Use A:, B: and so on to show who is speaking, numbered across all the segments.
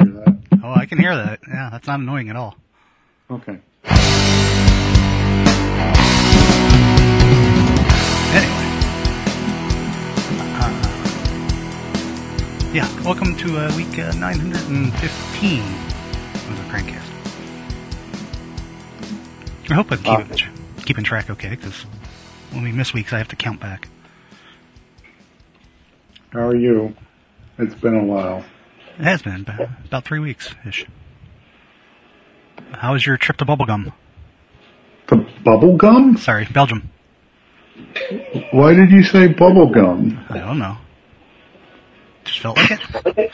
A: Oh, I can hear that. Yeah, that's not annoying at all.
B: Okay.
A: Anyway. Uh, yeah, welcome to uh, week uh, 915 of the Crankcast. I hope I'm keeping,
B: Okay.
A: keeping track okay, because when we miss weeks, I have to count back.
B: How are you? It's been a while.
A: It has been about, about three weeks ish. How was your trip to Bubblegum?
B: The bubble gum?
A: Sorry, Belgium.
B: Why did you say bubble gum?
A: I don't know. Just felt like it.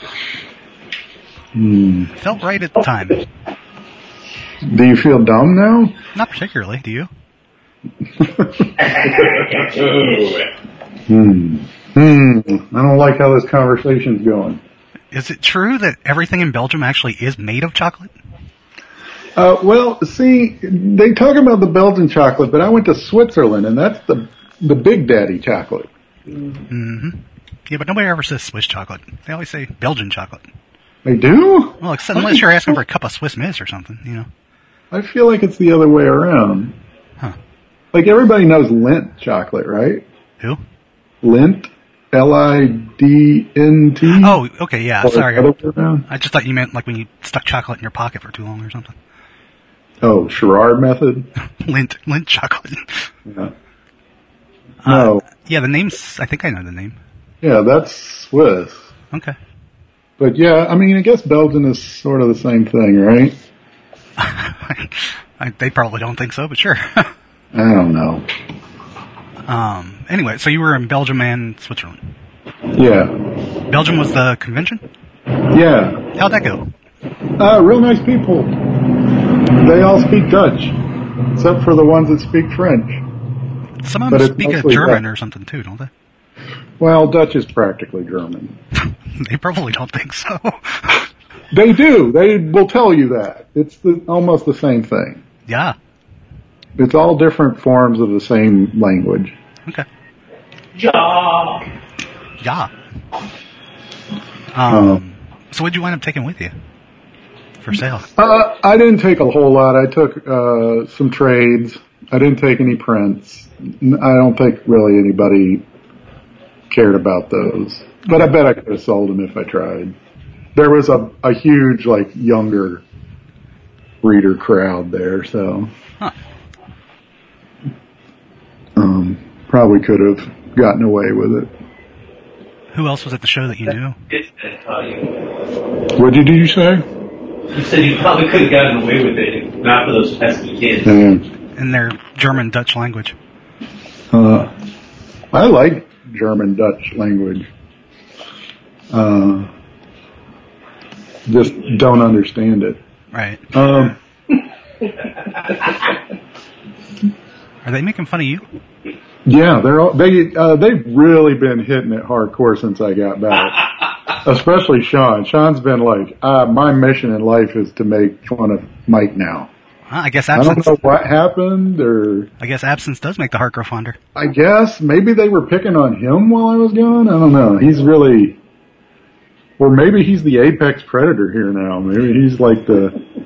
B: Hmm.
A: Felt right at the time.
B: Do you feel dumb now?
A: Not particularly. Do you?
B: Hmm. Hmm. I don't like how this conversation's going.
A: Is it true that everything in Belgium actually is made of chocolate?
B: Uh, well, see, they talk about the Belgian chocolate, but I went to Switzerland, and that's the the Big Daddy chocolate.
A: Mm-hmm. Yeah, but nobody ever says Swiss chocolate. They always say Belgian chocolate.
B: They do?
A: Well, except unless you're asking for a cup of Swiss Miss or something, you know.
B: I feel like it's the other way around.
A: Huh.
B: Like everybody knows Lint chocolate, right?
A: Who?
B: Lint, L I D N T.
A: Oh, okay, yeah.
B: Or the
A: Sorry,
B: other way around?
A: I just thought you meant like when you stuck chocolate in your pocket for too long or something.
B: Oh, Sherrard method.
A: Lint, lint chocolate.
B: Yeah.
A: Uh,
B: No,
A: yeah, the name's. I think I know the name.
B: yeah, that's Swiss.
A: Okay.
B: But yeah, I mean, I guess Belgian is sort of the same thing, right?
A: I, they probably don't think so, but sure.
B: I don't know.
A: um. Anyway, so you were in Belgium and Switzerland.
B: Yeah,
A: Belgium was the convention.
B: yeah.
A: How'd that go?
B: Uh, real nice people. They all speak Dutch, except for the ones that speak French.
A: Some of
B: But
A: them
B: it's
A: speak a
B: mostly
A: German
B: that.
A: or something too, don't they?
B: Well, Dutch is practically German.
A: They probably don't think so.
B: They do. They will tell you that. It's the, almost the same thing.
A: yeah.
B: It's all different forms of the same language.
A: Okay.
C: Ja.
A: Yeah. Um,
B: Um,
A: so what'd you wind up taking with you for sale?
B: Uh, I didn't take a whole lot. I took uh, some trades. I didn't take any prints. N- I don't think really anybody cared about those. But I bet I could have sold them if I tried. There was a, a huge, like, younger reader crowd there, so
A: Huh.
B: um, probably could have gotten away with it.
A: Who else was at the show that you knew?
C: Did I tell you?
B: What did you say?
C: You said you probably could have gotten away with it, if not for those pesky kids.
B: Hmm.
A: In their German Dutch language.
B: Uh, I like German Dutch language. Uh, just don't understand it.
A: Right.
B: Um,
A: Are they making fun of you?
B: yeah, they're all, they uh, they've really been hitting it hardcore since I got back. Especially Sean. Sean's been like, uh, my mission in life is to make fun of Mike now.
A: Huh, I guess
B: I don't
A: absence.
B: know what happened, or
A: I guess absence does make the heart grow fonder.
B: I guess maybe they were picking on him while I was gone. I don't know. He's really, or maybe he's the apex predator here now. Maybe he's like the.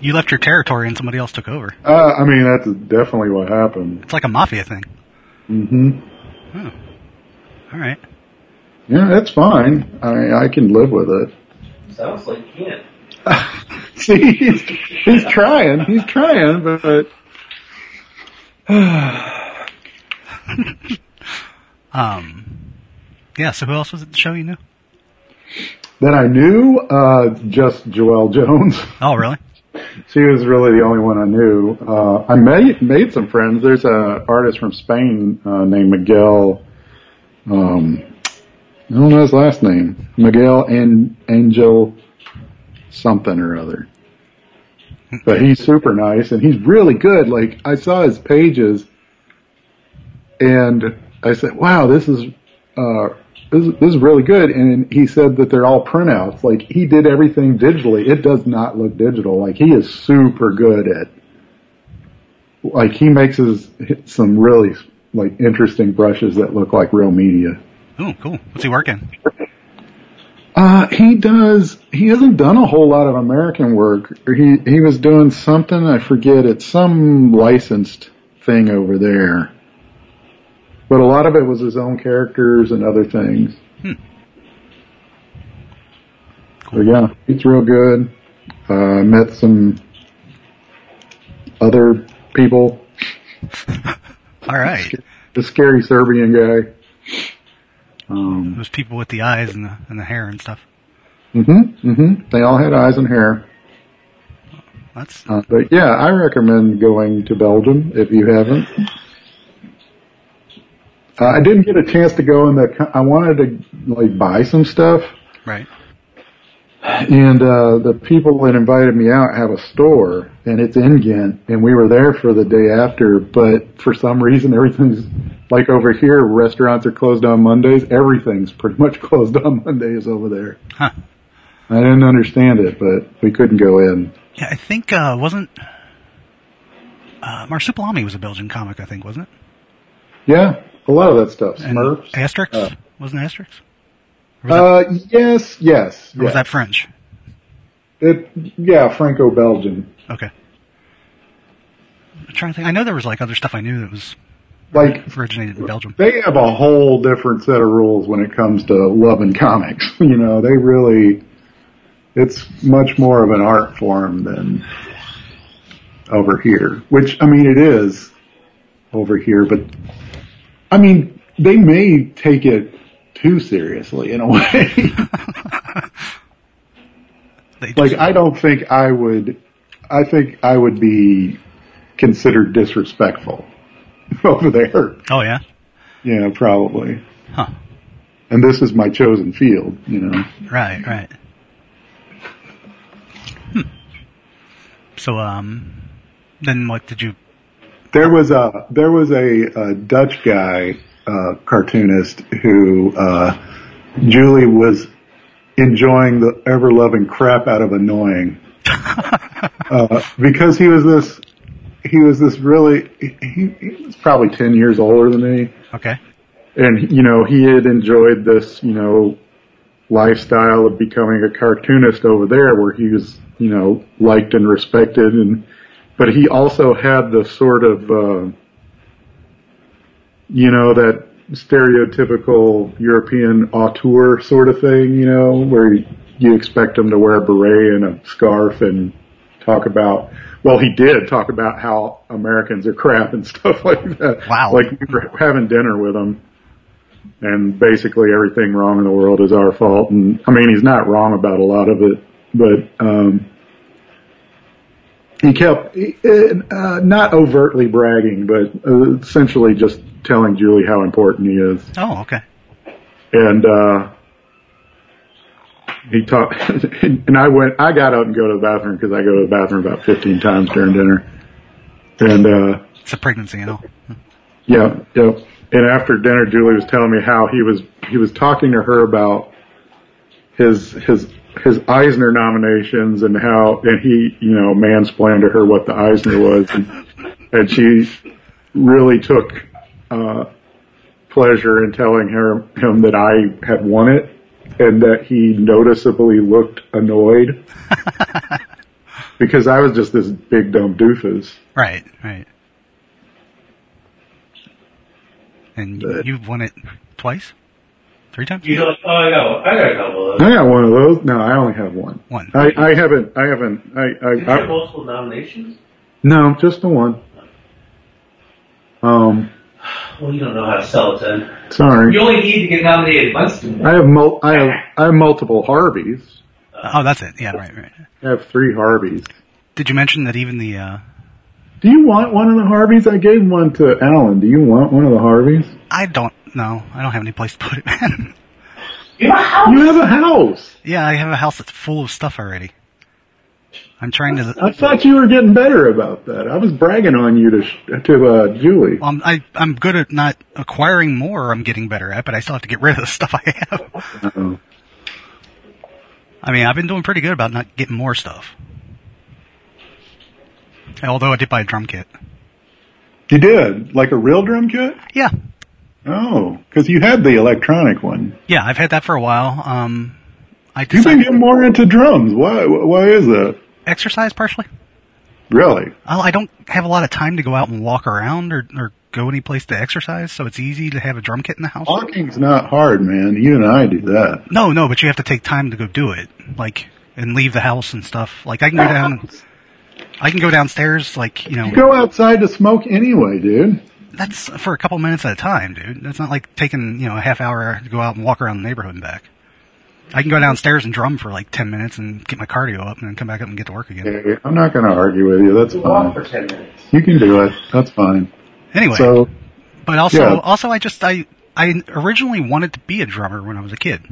A: You left your territory and somebody else took over.
B: Uh, I mean, that's definitely what happened.
A: It's like a mafia thing.
B: hmm
A: All right.
B: Yeah, it's fine. I I can live with it.
C: Sounds like you can't.
B: See, he's he's trying. He's trying, but
A: Um, yeah. So who else was at the show you knew?
B: then I knew uh, just Joelle Jones.
A: Oh, really?
B: She was really the only one I knew. Uh, I made made some friends. There's a artist from Spain uh, named Miguel. Um, I don't know his last name. Miguel and Angel something or other. But he's super nice and he's really good. Like I saw his pages, and I said, "Wow, this is." Uh, this, is- this is really good, and he said that they're all printouts. Like he did everything digitally. It does not look digital. Like he is super good at. Like he makes his some really like interesting brushes that look like real media.
A: Ooh, cool. What's he working?
B: Uh, he does he hasn't done a whole lot of American work. He he was doing something I forget. It's some licensed thing over there, but a lot of it was his own characters and other things. So yeah, he's real good. Uh, met some other people.
A: All right.
B: The scary Serbian guy. Um,
A: Those people with the eyes and the, and the hair and stuff.
B: Mm-hmm. Mm-hmm. They all had eyes and hair.
A: That's
B: Uh, but yeah, I recommend going to Belgium if you haven't. Uh, I didn't get a chance to go in the. co- I wanted to like buy some stuff,
A: right.
B: and uh, the people that invited me out have a store, and it's in Ghent, and we were there for the day after. But for some reason, everything's like over here. Restaurants are closed on Mondays. Everything's pretty much closed on Mondays over there.
A: Huh.
B: I didn't understand it, but we couldn't go in.
A: Yeah, I think uh, wasn't uh, Marsupilami was a Belgian comic, I think, wasn't it?
B: Yeah, a lot of that stuff.
A: And
B: Smurfs.
A: Asterix
B: Uh,
A: wasn't Asterix, was that-
B: Uh, yes, yes.
A: or was
B: yes.
A: that French?
B: It, yeah, Franco-Belgian.
A: Okay. I'm trying to think. I know there was like other stuff I knew that was
B: Like
A: originated in Belgium.
B: they have a whole different set of rules when it comes to love and comics. You know, they really, it's much more of an art form than over here, which, I mean, it is over here, but I mean, they may take it too seriously in a way.
A: They
B: like,
A: just-
B: I don't think I would, I think I would be considered disrespectful over there.
A: oh yeah,
B: Yeah, probably.
A: huh?
B: And this is my chosen field, you know.
A: Right, right. Hmm. So um, then what did you?
B: There was a there was a, a Dutch guy uh, cartoonist who uh, Julie was enjoying the ever loving crap out of annoying uh, because he was this he was this really he, he was probably ten years older than me
A: Okay,
B: and you know he had enjoyed this you know lifestyle of becoming a cartoonist over there where he was you know liked and respected and but he also had the sort of uh you know that stereotypical european auteur sort of thing you know where you expect him to wear a beret and a scarf and talk about well he did talk about how americans are crap and stuff like that
A: Wow.
B: like we were having dinner with him and basically everything wrong in the world is our fault. And I mean, he's not wrong about a lot of it, but um, he kept uh, not overtly bragging, but uh, essentially just telling Julie how important he is.
A: oh okay,
B: And uh, he talked, and I went. I got up and go to the bathroom because I go to the bathroom about fifteen times during dinner, and. uh
A: it's a pregnancy and all.
B: yeah, yeah. And after dinner, Julie was telling me how he was he was talking to her about his his his Eisner nominations and how and he you know mansplained to her what the Eisner was and and she really took uh, pleasure in telling her him that I had won it and that he noticeably looked annoyed because I was just this big dumb doofus.
A: Right, right. And
B: But-
A: you've won it twice, three times.
C: You're like, oh, I got, I got a couple of those.
B: I got one of those. No, I only have one.
A: One.
B: I, I haven't. I haven't.
C: Did you
B: I, I,
C: get
B: I
C: multiple nominations?
B: no, just the one. Um,
C: Well, you don't know how to sell it then. You
B: sorry.
C: only need to get nominated once to
B: I have mul- I have I have multiple Harveys.
A: Oh, that's it. Yeah, right, right.
B: I have three Harveys.
A: Did you mention that even the uh,
B: Do you want one of the Harveys? I gave one to Alan. Do you want one of the Harveys?
A: I don't know. I don't have any place to put it, man.
C: You have a house.
B: You have a house.
A: yeah, I have a house that's full of stuff already. I'm trying to.
B: I thought you were getting better about that. I was bragging on you to sh- to uh, Julie.
A: Well, I'm, Um, I, I'm good at not acquiring more. I'm getting better at, but I still have to get rid of the stuff I have.
B: Uh-oh.
A: I mean, I've been doing pretty good about not getting more stuff. Although I did buy a drum kit.
B: You did like a real drum kit.
A: Yeah,
B: Oh, because you had the electronic one.
A: yeah, I've had that for a while. Um, I
B: You've been
A: decided
B: getting more into drums. Why? Why is that?
A: exercise partially.
B: Really?
A: I'll, I don't have a lot of time to go out and walk around or, or go anyplace to exercise, so it's easy to have a drum kit in the house.
B: Walking's not hard, man. You and I do that.
A: No, no, but you have to take time to go do it, like, and leave the house and stuff. Like, I can go down, I can go downstairs, like, you know,
B: You go outside to smoke anyway, dude.
A: that's for a couple minutes at a time, dude. That's not like taking, you know, a half hour to go out and walk around the neighborhood and back. I can go downstairs and drum for like 10 minutes and get my cardio up and then come back up and get to work again.
B: Hey, I'm not going to argue with you. That's fine.
C: Walk for 10 minutes.
B: You can do it. That's fine.
A: Anyway.
B: So,
A: But also,
B: Yeah.
A: also, I just I I originally wanted to be a drummer when I was a kid.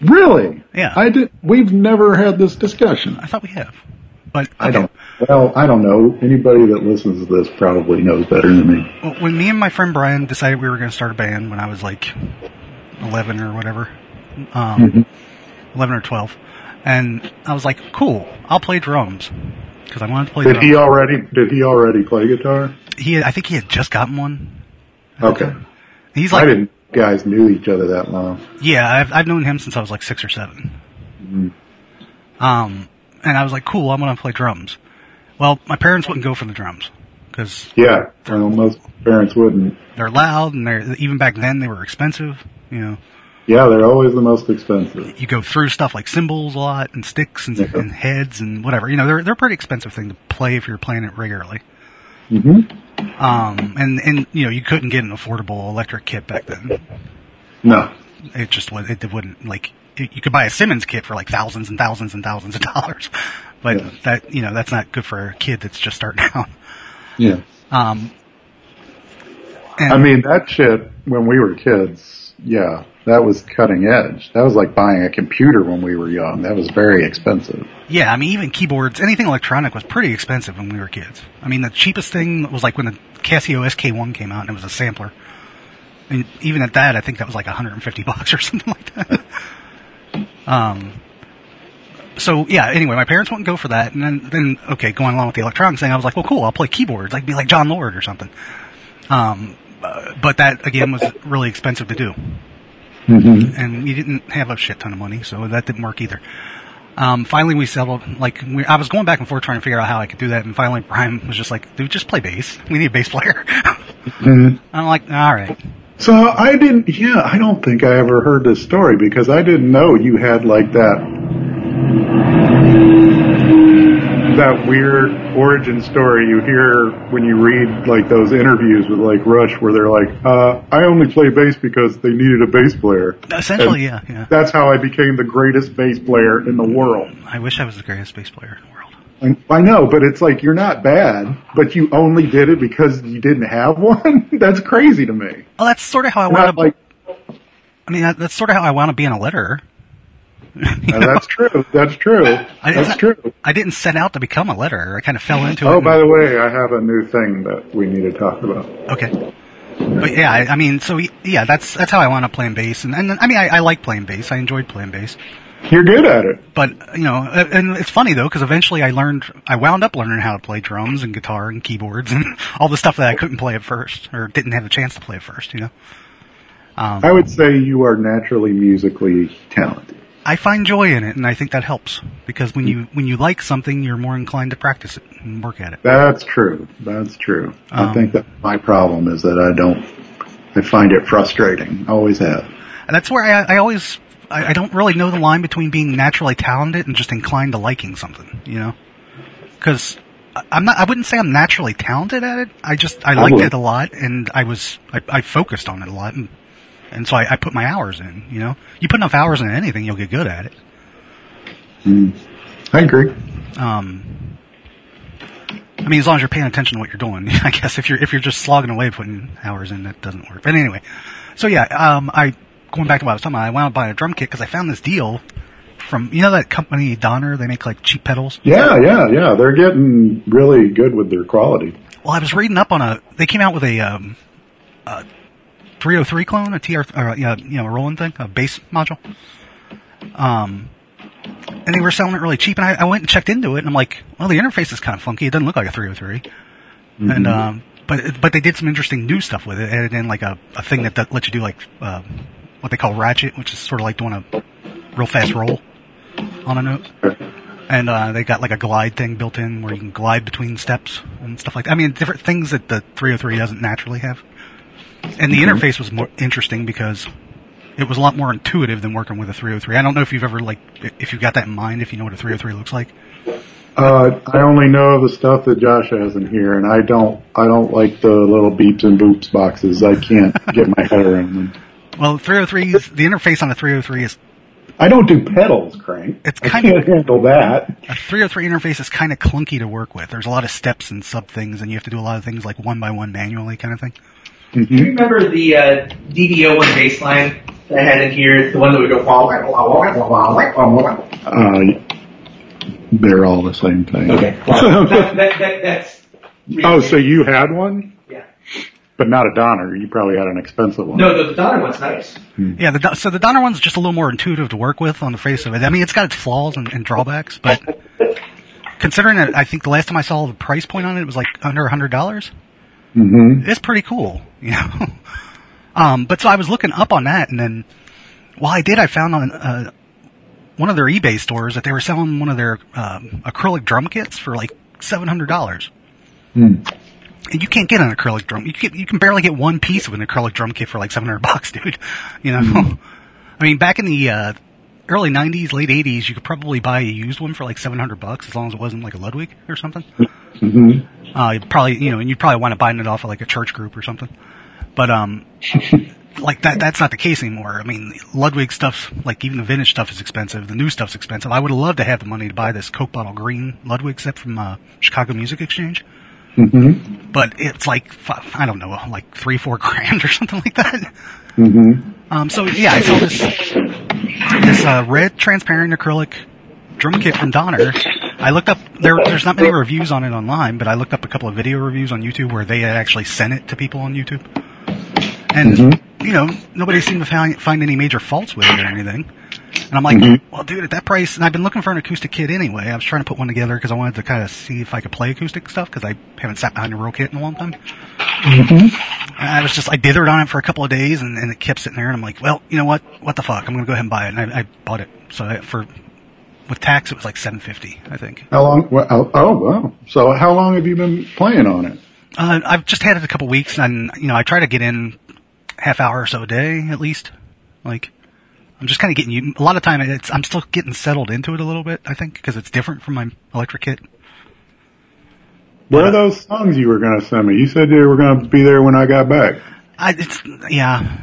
B: really,
A: Yeah.
B: I did. We've never had this discussion.
A: I thought we have, but
B: I
A: okay,
B: don't. Well, I don't know. Anybody that listens to this probably knows better than me.
A: well, When me and my friend Brian decided we were going to start a band when I was like eleven or whatever, um,
B: Mm-hmm.
A: eleven or twelve, and I was like, "Cool, I'll play drums." Because I wanted to play
B: Did he
A: drums.
B: already? Did he already play guitar?
A: He, had- I think he had just gotten one.
B: Okay.
A: He's
B: I
A: like,
B: didn't. Guys knew each other that long.
A: Yeah, I've I've known him since I was like six or 7
B: Mm-hmm.
A: Um, and I was like, cool, I'm gonna play drums. Well, my parents wouldn't go for the drums because
B: Yeah. Well, most parents wouldn't.
A: they're loud and they're even back then they were expensive. You know,
B: Yeah, they're always the most expensive.
A: you go through stuff like cymbals a lot and sticks and,
B: Yeah.
A: and heads and whatever. You know, they're they're a pretty expensive thing to play if you're playing it regularly.
B: hmm
A: Um, and and you know you couldn't get an affordable electric kit back then.
B: No.
A: It just was it wouldn't like it, you could buy a Simmons kit for like thousands and thousands and thousands of dollars, but
B: Yeah.
A: that you know that's not good for a kid that's just starting out.
B: Yeah.
A: Um, and
B: I mean, that shit when we were kids. Yeah, that was cutting edge. That was like buying a computer when we were young. That was very expensive.
A: yeah, I mean even keyboards, anything electronic was pretty expensive when we were kids. I mean the cheapest thing was like when the Casio SK1 came out and it was a sampler. And even at that, I think that was like 150 bucks or something like that. um, so yeah, anyway, my parents wouldn't go for that. And then, then, okay, going along with the electronics thing, I was like, well, cool, I'll play keyboards. I can be like John Lord or something. Um, uh, but that again was really expensive to do.
B: Mm-hmm.
A: And we didn't have a shit ton of money, so that didn't work either. Um, finally we settled, like, we, I was going back and forth trying to figure out how I could do that, and finally Brian was just like, dude, just play bass. We need a bass player.
B: Mm-hmm.
A: I'm like, alright.
B: So I didn't. Yeah, I don't think I ever heard this story because I didn't know you had like that that weird origin story you hear when you read like those interviews with like Rush where they're like, uh, "I only play bass because they needed a bass player."
A: Essentially, yeah, yeah.
B: That's how I became the greatest bass player in the world.
A: I wish I was the greatest bass player in the world.
B: I- I know, but it's like you're not bad, but you only did it because you didn't have one. That's crazy to me.
A: Well, Oh, that's sort of how I wound
B: Not
A: up.
B: like
A: I mean, that, that's sort of how I wound up being a letterer. You
B: Uh,
A: know?
B: that's true. That's true.
A: I-
B: That's true.
A: I didn't set out to become a letterer. I kind of fell into it.
B: Oh,
A: and-
B: by the way, I have a new thing that we need to talk about.
A: Okay. But yeah, I, I mean, so y- yeah, that's that's how I wound up playing bass, and, and I mean, I, I like playing bass. I enjoyed playing bass,
B: You're good at it.
A: but you know, uh, and it's funny though because eventually I learned, I wound up learning how to play drums and guitar and keyboards and all the stuff that I couldn't play at first or didn't have a chance to play at first. You know,
B: I would say you are naturally musically talented.
A: I find joy in it, and I think that helps because when you when you like something, you're more inclined to practice it and work at it.
B: That's true. That's true. I
A: Um,
B: think that my problem is that I don't. I find it frustrating. Always have.
A: And that's where I, I always I, I don't really know the line between being naturally talented and just inclined to liking something, you know? Because I'm not I wouldn't say I'm naturally talented at it. I just I liked
B: would.
A: it a lot, and I was I, I focused on it a lot, and and so I, I put my hours in. You know, you put enough hours in anything, you'll get good at it.
B: I agree.
A: Um, I mean, as long as you're paying attention to what you're doing, I guess if you're if you're just slogging away putting hours in, that doesn't work. But anyway, so yeah, um, I going back to what I was talking about, I wound up buying a drum kit because I found this deal from you know that company Donner. They make like cheap pedals.
B: Yeah, yeah, yeah. They're getting really good with their quality.
A: Well, I was reading up on a. They came out with a, um, a 303 clone, a TR, or a, yeah, you know, a Roland thing, a base module. Um, and they were selling it really cheap, and I, I went and checked into it, and I'm like, well, the interface is kind of funky. It doesn't look like a 303. And um, but but they did some interesting new stuff with it, and then like a, a thing um, that, that lets you do like uh, what they call ratchet, which is sort of like doing a real fast roll. on a note. And uh, they got like a glide thing built in where you can glide between steps and stuff like that. I mean, different things that the 303 doesn't naturally have. And the interface was more interesting because it was a lot more intuitive than working with a 303. I don't know if you've ever like if you've got that in mind, if you know what a 303 looks like.
B: Uh, I only know the stuff that Josh has in here, and I don't. I don't like the little beeps and boops boxes. I can't get my head around them.
A: Well, 303 's- the interface on a 303 is
B: I don't do pedals, Crank.
A: It's
B: I
A: kind of-
B: can't handle that.
A: a 303 interface is kind of clunky to work with. There's a lot of steps and sub things, and you have to do a lot of things like one by one manually kind of thing.
C: Do you remember the uh, DDO one bass line that I had in here? The one that would go wah wah wah wah wah wah wah wah wah. wah.
B: Uh, they're all the same thing.
C: Okay. that, that, that, that's.
B: oh, so you had one,
C: Yeah.
B: but not a Donner. You probably had an expensive one.
C: No, the Donner one's nice.
A: Yeah, the, Do- so the Donner one's just a little more intuitive to work with on the face of it. I mean, it's got its flaws and, and drawbacks, but considering that I think the last time I saw the price point on it, it was like under $100.
B: hmm
A: it's pretty cool, you know. um, but so I was looking up on that, and then while I did, I found on uh, one of their eBay stores that they were selling one of their um, acrylic drum kits for like seven hundred dollars. And you can't get an acrylic drum. You can, you can barely get one piece of an acrylic drum kit for like seven hundred bucks, dude. You know, I mean, back in the uh, early '90s, late '80s, you could probably buy a used one for like seven hundred bucks as long as it wasn't like a Ludwig or something. Uh, you'd probably, you know, and you'd probably wind up buying it off of like a church group or something. But, um, like that, that's not the case anymore. I mean, Ludwig stuff, like even the vintage stuff is expensive. The new stuff's expensive. I would have loved to have the money to buy this Coke bottle green Ludwig set from, uh, Chicago Music Exchange. Mm-hmm. But it's like, fi- I don't know, like three, four grand or something like that. Mm-hmm. Um, so yeah, I saw this, this, uh, red transparent acrylic drum kit from Donner. I looked up there. There's not many reviews on it online, but I looked up a couple of video reviews on YouTube where they had actually sent it to people on YouTube, and you know nobody seemed to find, find any major faults with it or anything. And I'm like, well, dude, at that price, and I've been looking for an acoustic kit anyway. I was trying to put one together because I wanted to kind of see if I could play acoustic stuff because I haven't sat behind a real kit in a long time. And I was just, I dithered on it for a couple of days and, and it kept sitting there and I'm like, well, you know what? What the fuck? I'm going to go ahead and buy it. And I, I bought it. So I, for, with tax, it was like 750, I think.
B: How long? Well, oh, oh, wow. So how long have you been playing on it?
A: Uh, I've just had it a couple weeks and, you know, I try to get in half hour or so a day at least. Like, I'm just kind of getting you, a lot of time it's, I'm still getting settled into it a little bit, I think, because it's different from my electric kit.
B: Where
A: Uh,
B: are those songs you were going to send me? You said they were going to be there when I got back.
A: I, it's, yeah.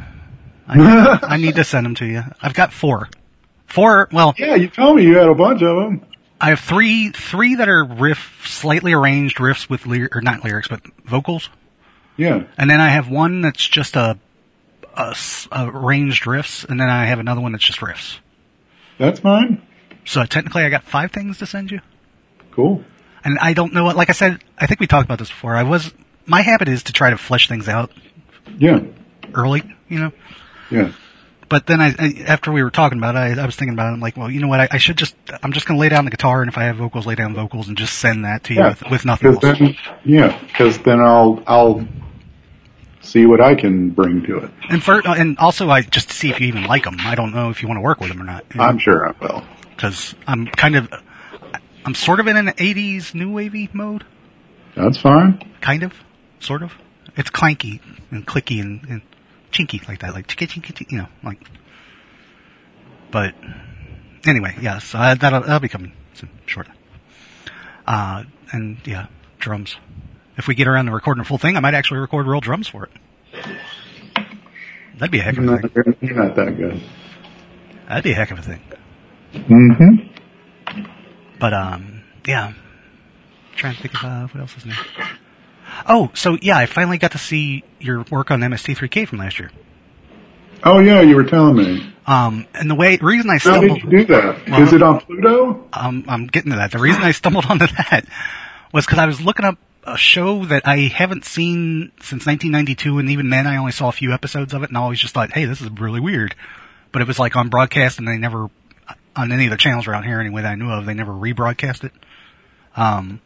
A: I, I need to send them to you. I've got four. Four, well,
B: Yeah, you told me you had a bunch of them.
A: I have three three that are riff slightly arranged riffs with lyr- or not lyrics but vocals,
B: Yeah.
A: and then I have one that's just a, a s- a arranged riffs, and then I have another one that's just riffs.
B: That's mine.
A: So technically, I got five things to send you,
B: Cool.
A: and I don't know what. Like I said, I think we talked about this before. I was my habit is to try to flesh things out
B: Yeah.
A: early, you know.
B: Yeah.
A: But then I, I after we were talking about it, I, I was thinking about it. I'm like, well, you know what? I, I should just I'm just gonna lay down the guitar, and if I have vocals, lay down vocals, and just send that to you
B: Yeah.
A: with, with nothing
B: Cause
A: else.
B: then, yeah, 'cause then I'll I'll see what I can bring to it.
A: And for, and also, I just to see if you even like them. I don't know if you want to work with them or not.
B: I'm sure I will.
A: because I'm kind of, I'm sort of in an '80s new wavy mode,
B: That's fine.
A: kind of, sort of. It's clanky and clicky and, and chinky like that, like chinky, chinky, chinky, you know, like. But anyway, yeah, so I, that'll, that'll be coming soon, shortly. Uh, and yeah, drums. If we get around to recording a full thing, I might actually record real drums for it. That'd be a heck of
B: You're
A: a thing.
B: not, you're- you're not that good.
A: That'd be a heck of a thing.
B: Mm-hmm.
A: But um, yeah. Trying to think of uh, what else is new. Oh, so yeah, I finally got to see your work on MST3K from last year.
B: Oh yeah, you were telling me.
A: Um, and the way reason I
B: How did
A: stumbled,
B: you do that? Is
A: Well-
B: it on Pluto?
A: um, I'm getting to that. The reason I stumbled onto that was because I was looking up a show that I haven't seen since 1992, and even then I only saw a few episodes of it, and I always just thought, hey, this is really weird. But it was like on broadcast, and they never on any of the channels around here anyway that I knew of, they never rebroadcast it. Um,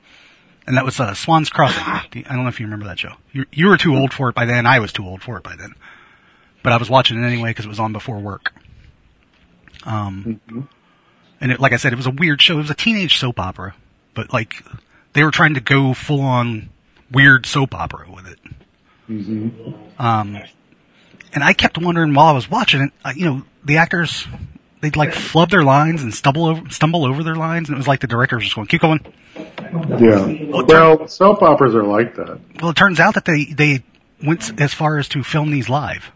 A: and that was uh, Swan's Crossing. Do you- I don't know if you remember that show. You, you were too old for it by then. I was too old for it by then. But I was watching it anyway because it was on before work. Um, And it, like I said, it was a weird show. It was a teenage soap opera, but like they were trying to go full on weird soap opera with it. Um, and I kept wondering while I was watching it, uh, you know, the actors they'd like flub their lines and stumble over, stumble over their lines, and it was like the director was just going, "Keep going."
B: Yeah. Well, soap operas are like that.
A: Well, it turns out that they they went s- as far as to film these live.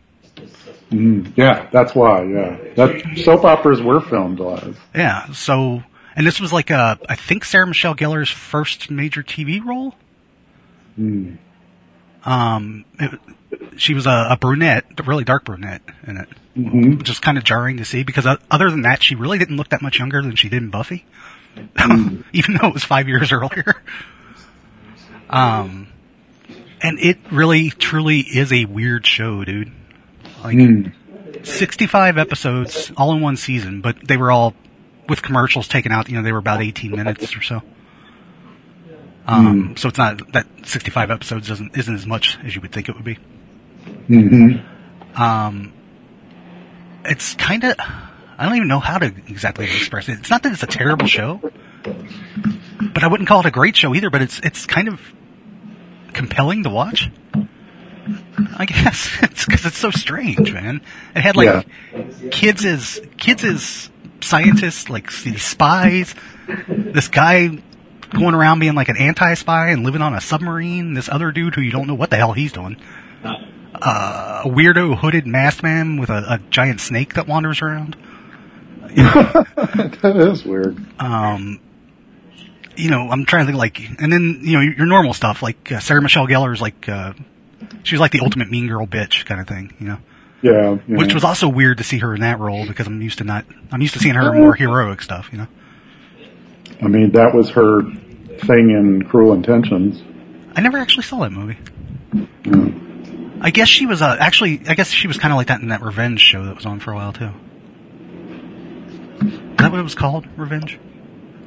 B: Mm, yeah, that's why. Yeah, that soap operas were filmed live.
A: Yeah. So, and this was like uh, I think Sarah Michelle Gellar's first major TV role. Um, it- she was a, a brunette, a really dark brunette in it,
B: Mhm.
A: just kind of jarring to see because uh, other than that, she really didn't look that much younger than she did in Buffy, even though it was five years earlier. Um, and it really, truly is a weird show, dude. Like, 65 episodes all in one season, but they were all with commercials taken out. You know, they were about 18 minutes or so. Um, so it's not that 65 episodes doesn't isn't as much as you would think it would be.
B: Mm-hmm.
A: Um, it's kind of I don't even know how to exactly express it. It's not that it's a terrible show, but I wouldn't call it a great show either. But it's it's kind of compelling to watch. I guess it's because it's so strange, man. It had like kids as kids as scientists, like these spies. This guy going around being like an anti-spy and living on a submarine. This other dude who you don't know what the hell he's doing. Uh, a weirdo hooded masked man with a, a giant snake that wanders around.
B: that is weird.
A: Um, you know, I'm trying to think like, and then you know your, your normal stuff like uh, Sarah Michelle Gellar is like, uh, she was like the ultimate mean girl bitch kind of thing, you know.
B: Yeah, yeah.
A: Which was also weird to see her in that role because I'm used to not, I'm used to seeing her in more heroic stuff, you know.
B: I mean, that was her thing in Cruel Intentions. Mm.
A: I never actually saw that movie.
B: Yeah.
A: I guess she was uh, actually. I guess she was kind of like that in that revenge show that was on for a while too. Is that what it was called? Revenge?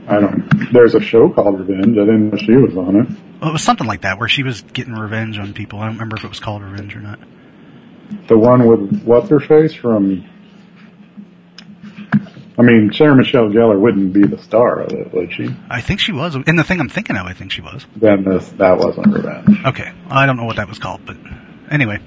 B: I don't. There's a show called Revenge. I didn't know she was on it.
A: Well, it was something like that where she was getting revenge on people. I don't remember if it was called Revenge or not.
B: The one with what's her face from. I mean, Sarah Michelle Gellar wouldn't be the star of it, would she?
A: I think she was. In the thing I'm thinking of, I think she was.
B: Then this that wasn't Revenge.
A: Okay, I don't know what that was called, but anyway.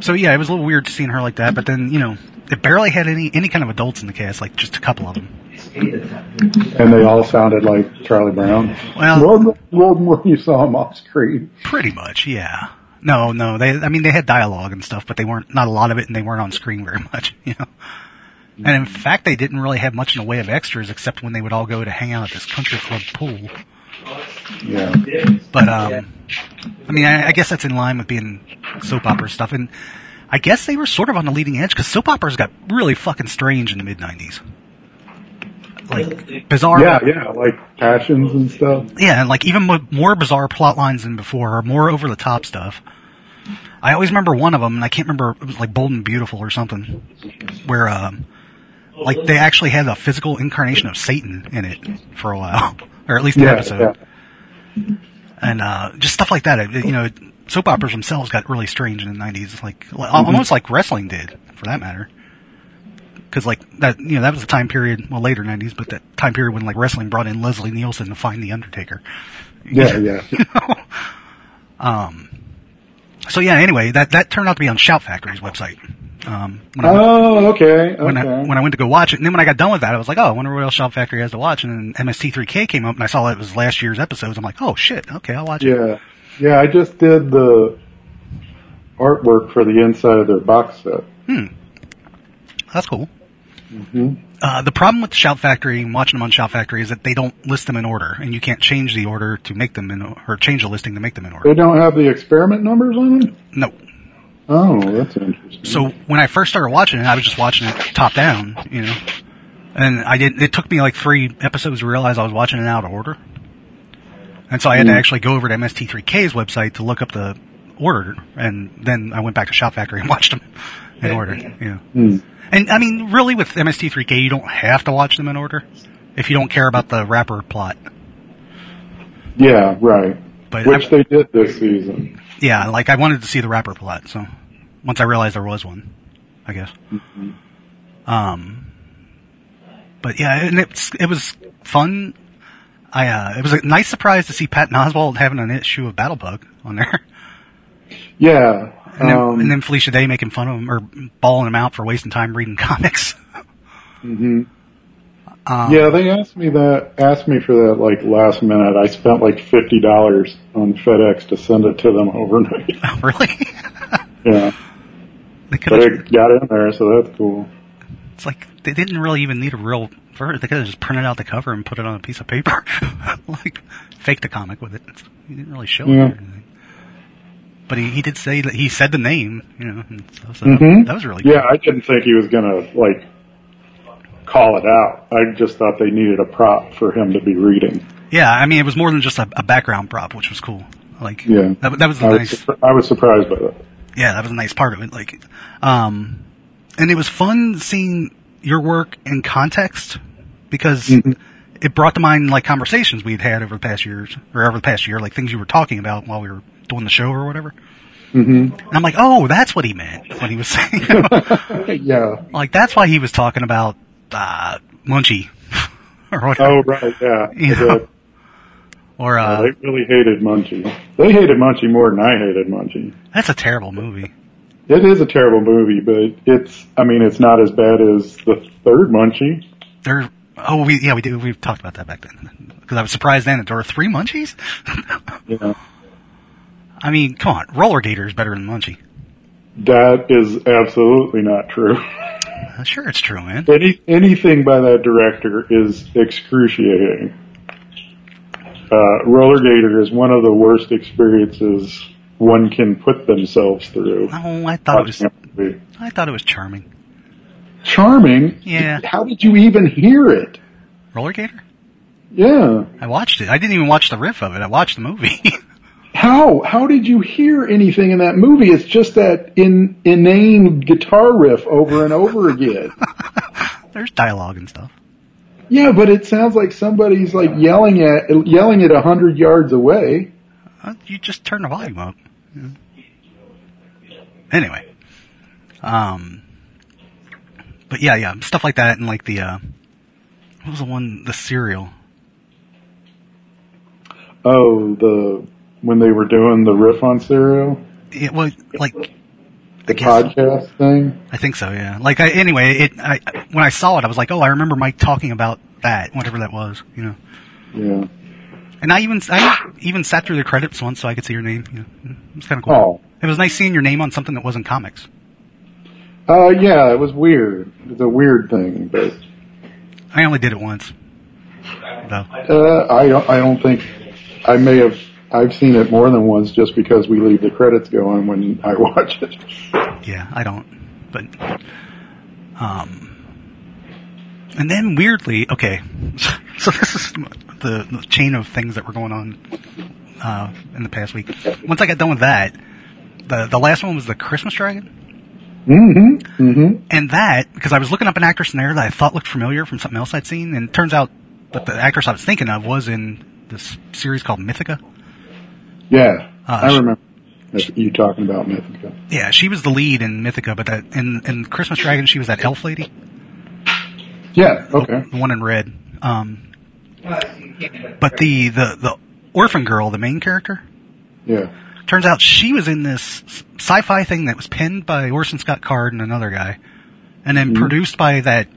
A: So yeah, it was a little weird seeing her like that. But then you know, it barely had any any kind of adults in the cast, like just a couple of them.
B: And they all sounded like Charlie Brown.
A: Well-
B: Lord, Lord, Lord, you saw him off screen.
A: Pretty much, yeah. No, no, they, I mean, they had dialogue and stuff, but they weren't, not a lot of it, and they weren't on screen very much, you know. And in fact, they didn't really have much in the way of extras except when they would all go to hang out at this country club pool.
B: Yeah.
A: But, um, I mean, I, I guess that's in line with being soap opera stuff, and I guess they were sort of on the leading edge because soap operas got really fucking strange in the mid 90s. Like, bizarre.
B: Yeah, yeah, like passions and stuff.
A: yeah, and like even mo- more bizarre plot lines than before, or more over the top stuff. I always remember one of them, and I can't remember. It was like Bold and Beautiful or something, where um, like they actually had a physical incarnation of Satan in it for a while, or at least an
B: Yeah,
A: episode,
B: yeah.
A: and uh, just stuff like that. It, you know, soap operas themselves got really strange in the nineties, like al
B: Mm-hmm.
A: almost like wrestling did, for that matter. Because like that, you know, that was the time period, well, later nineties, but that time period when like wrestling brought in Leslie Nielsen to find the Undertaker.
B: Yeah, yeah.
A: Um, so yeah, anyway, that, that turned out to be on Shout Factory's website. Um, when, I,
B: Oh, okay.
A: when, I,
B: okay.
A: when I went to go watch it, and then when I got done with that, I was like, oh, I wonder what else Shout Factory has to watch. And then MST3K came up, and I saw that it was last year's episodes. I'm like, oh shit, okay, I'll watch it.
B: Yeah, yeah. I just did the artwork for the inside of their box set.
A: That's cool. Uh, the problem with Shout Factory and watching them on Shout Factory is that they don't list them in order, and you can't change the order to make them in, or change the listing to make them in order.
B: They don't have the experiment numbers on them.
A: No,
B: Oh, that's interesting.
A: so when I first started watching it, I was just watching it top down, you know, and I didn't. It took me like three episodes to realize I was watching it out of order, and so I had to actually go over to MST3K's website to look up the order, and then I went back to Shop Factory and watched them in order. You know,
B: Hmm.
A: and I mean, really, with MST3K, you don't have to watch them in order if you don't care about the rapper plot.
B: Yeah, right.
A: But
B: Which
A: I-
B: they did this season.
A: yeah, like I wanted to see the rapper plot, so
B: Mm-hmm.
A: once I realized there was one, I guess. Um, But yeah, and it's, it was fun. I, uh, it was a nice surprise to see Pat Oswald having an issue of Battle Bug on there.
B: Yeah.
A: And then,
B: um,
A: and then Felicia Day making fun of him or bawling him out for wasting time reading comics.
B: mhm.
A: Um,
B: yeah, they asked me that, asked me for that like last minute. I spent like $50 on FedEx to send it to them overnight.
A: really?
B: yeah.
A: they could
B: But
A: have,
B: it got in there, so that's cool.
A: it's like they didn't really even need a real version. They could have just printed out the cover and put it on a piece of paper, like faked a comic with it. It's, he didn't really show it
B: Yeah.
A: or anything. But he, he did say that he said the name, you know. And so, so
B: Mhm.
A: that was really
B: Yeah, I didn't think he was gonna like call it out. I just thought they needed a prop for him to be reading.
A: cool. yeah. I mean, it was more than just a, a background prop, which was cool. Like
B: Yeah.
A: that, that was
B: I
A: a
B: was,
A: nice.
B: surpri- I was surprised by that.
A: yeah, that was a nice part of it. Like, um, and it was fun seeing your work in context because
B: Mm-hmm.
A: it brought to mind like conversations we'd had over the past years or over the past year, like things you were talking about while we were doing the show or whatever. Mm-hmm. And I'm like, oh, that's what he meant when he was saying,
B: yeah.
A: like, that's why he was talking about, uh, Munchie or whatever.
B: Oh right, yeah.
A: You
B: I
A: know,
B: did.
A: or,
B: Yeah,
A: uh,
B: they really hated Munchie. They hated Munchie more than I hated Munchie.
A: that's a terrible movie.
B: It is a terrible movie, but it's, I mean, it's not as bad as the third Munchie.
A: There, oh, we, yeah, we did. We talked about that back then. Because I was surprised then that there were three Munchies.
B: Yeah.
A: I mean, come on, Roller Gator is better than Munchie.
B: That is absolutely not true.
A: Uh, sure, it's true, man.
B: Any, anything by that director is excruciating. Uh, Roller Gator is one of the worst experiences one can put themselves through.
A: Oh, I thought it was,
B: watching a movie.
A: I thought it was charming.
B: Charming?
A: Yeah.
B: How did you even hear it?
A: Roller Gator?
B: Yeah.
A: I watched it. I didn't even watch the riff of it. I watched the movie.
B: How how did you hear anything in that movie? It's just that in, inane guitar riff over and over again.
A: There's dialogue and stuff.
B: yeah, but it sounds like somebody's like yelling at yelling at a hundred yards away.
A: Uh, you just turn the volume up. Yeah. Anyway, um, but yeah, yeah, stuff like that, and like the uh, what was the one? The cereal.
B: Oh, the when they were doing the riff on Serial,
A: It was like
B: the
A: guess-
B: podcast thing.
A: I think so. Yeah. Like I, anyway, it. I when I saw it, I was like, oh, I remember Mike talking about that, whatever that was. You know.
B: Yeah.
A: And I even I even sat through the credits once so I could see your name. You know, it was kind of cool.
B: Oh.
A: It was nice seeing your name on something that wasn't comics.
B: Uh, yeah, it was weird. It's a weird thing, but
A: I only did it once, though.
B: uh, I don't. I don't think I may have. I've seen it more than once just because we leave the credits going when I watch it.
A: Yeah, I don't. But um, and then weirdly, okay. So this is the, the chain of things that were going on uh, in the past week. Once I got done with that, the the last one was the Christmas Dragon.
B: Mm-hmm. Mm-hmm.
A: And that, because I was looking up an actress in there that I thought looked familiar from something else I'd seen, and it turns out that the actress I was thinking of was in this series called Mythica.
B: Yeah,
A: Uh,
B: I
A: sh-
B: remember That's you talking about Mythica.
A: Yeah, she was the lead in Mythica, but that in, in Christmas Dragon she was that elf lady,
B: Yeah, okay.
A: the one in red. Um, but the, the the orphan girl, the main character,
B: Yeah.
A: turns out she was in this s- sci-fi thing that was penned by Orson Scott Card and another guy, and then produced by that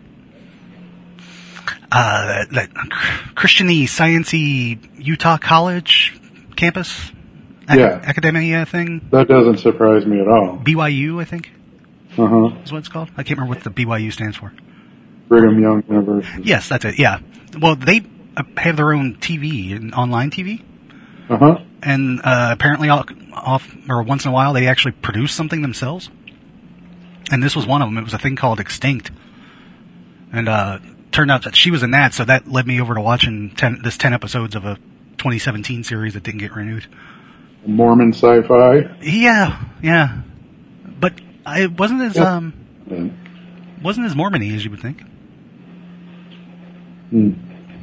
A: uh, that, that Christiany sciency Utah college campus ac-
B: Yeah.
A: academia thing.
B: That doesn't surprise me at all.
A: BYU, I think,
B: Uh huh.
A: is what it's called. I can't remember what the BYU stands for.
B: Brigham Young University.
A: Yes, that's it. Yeah. Well, they uh, have their own TV, an online TV.
B: Uh huh.
A: and uh, apparently all, off or once in a while they actually produce something themselves. And this was one of them. It was a thing called Extinct, and uh, turned out that she was in that, so that led me over to watching ten, this ten episodes of a 2017 series that didn't get renewed.
B: Mormon sci-fi.
A: Yeah, yeah, but I it wasn't as
B: Yeah.
A: um
B: Mm.
A: wasn't as Mormony as you would think.
B: Mm.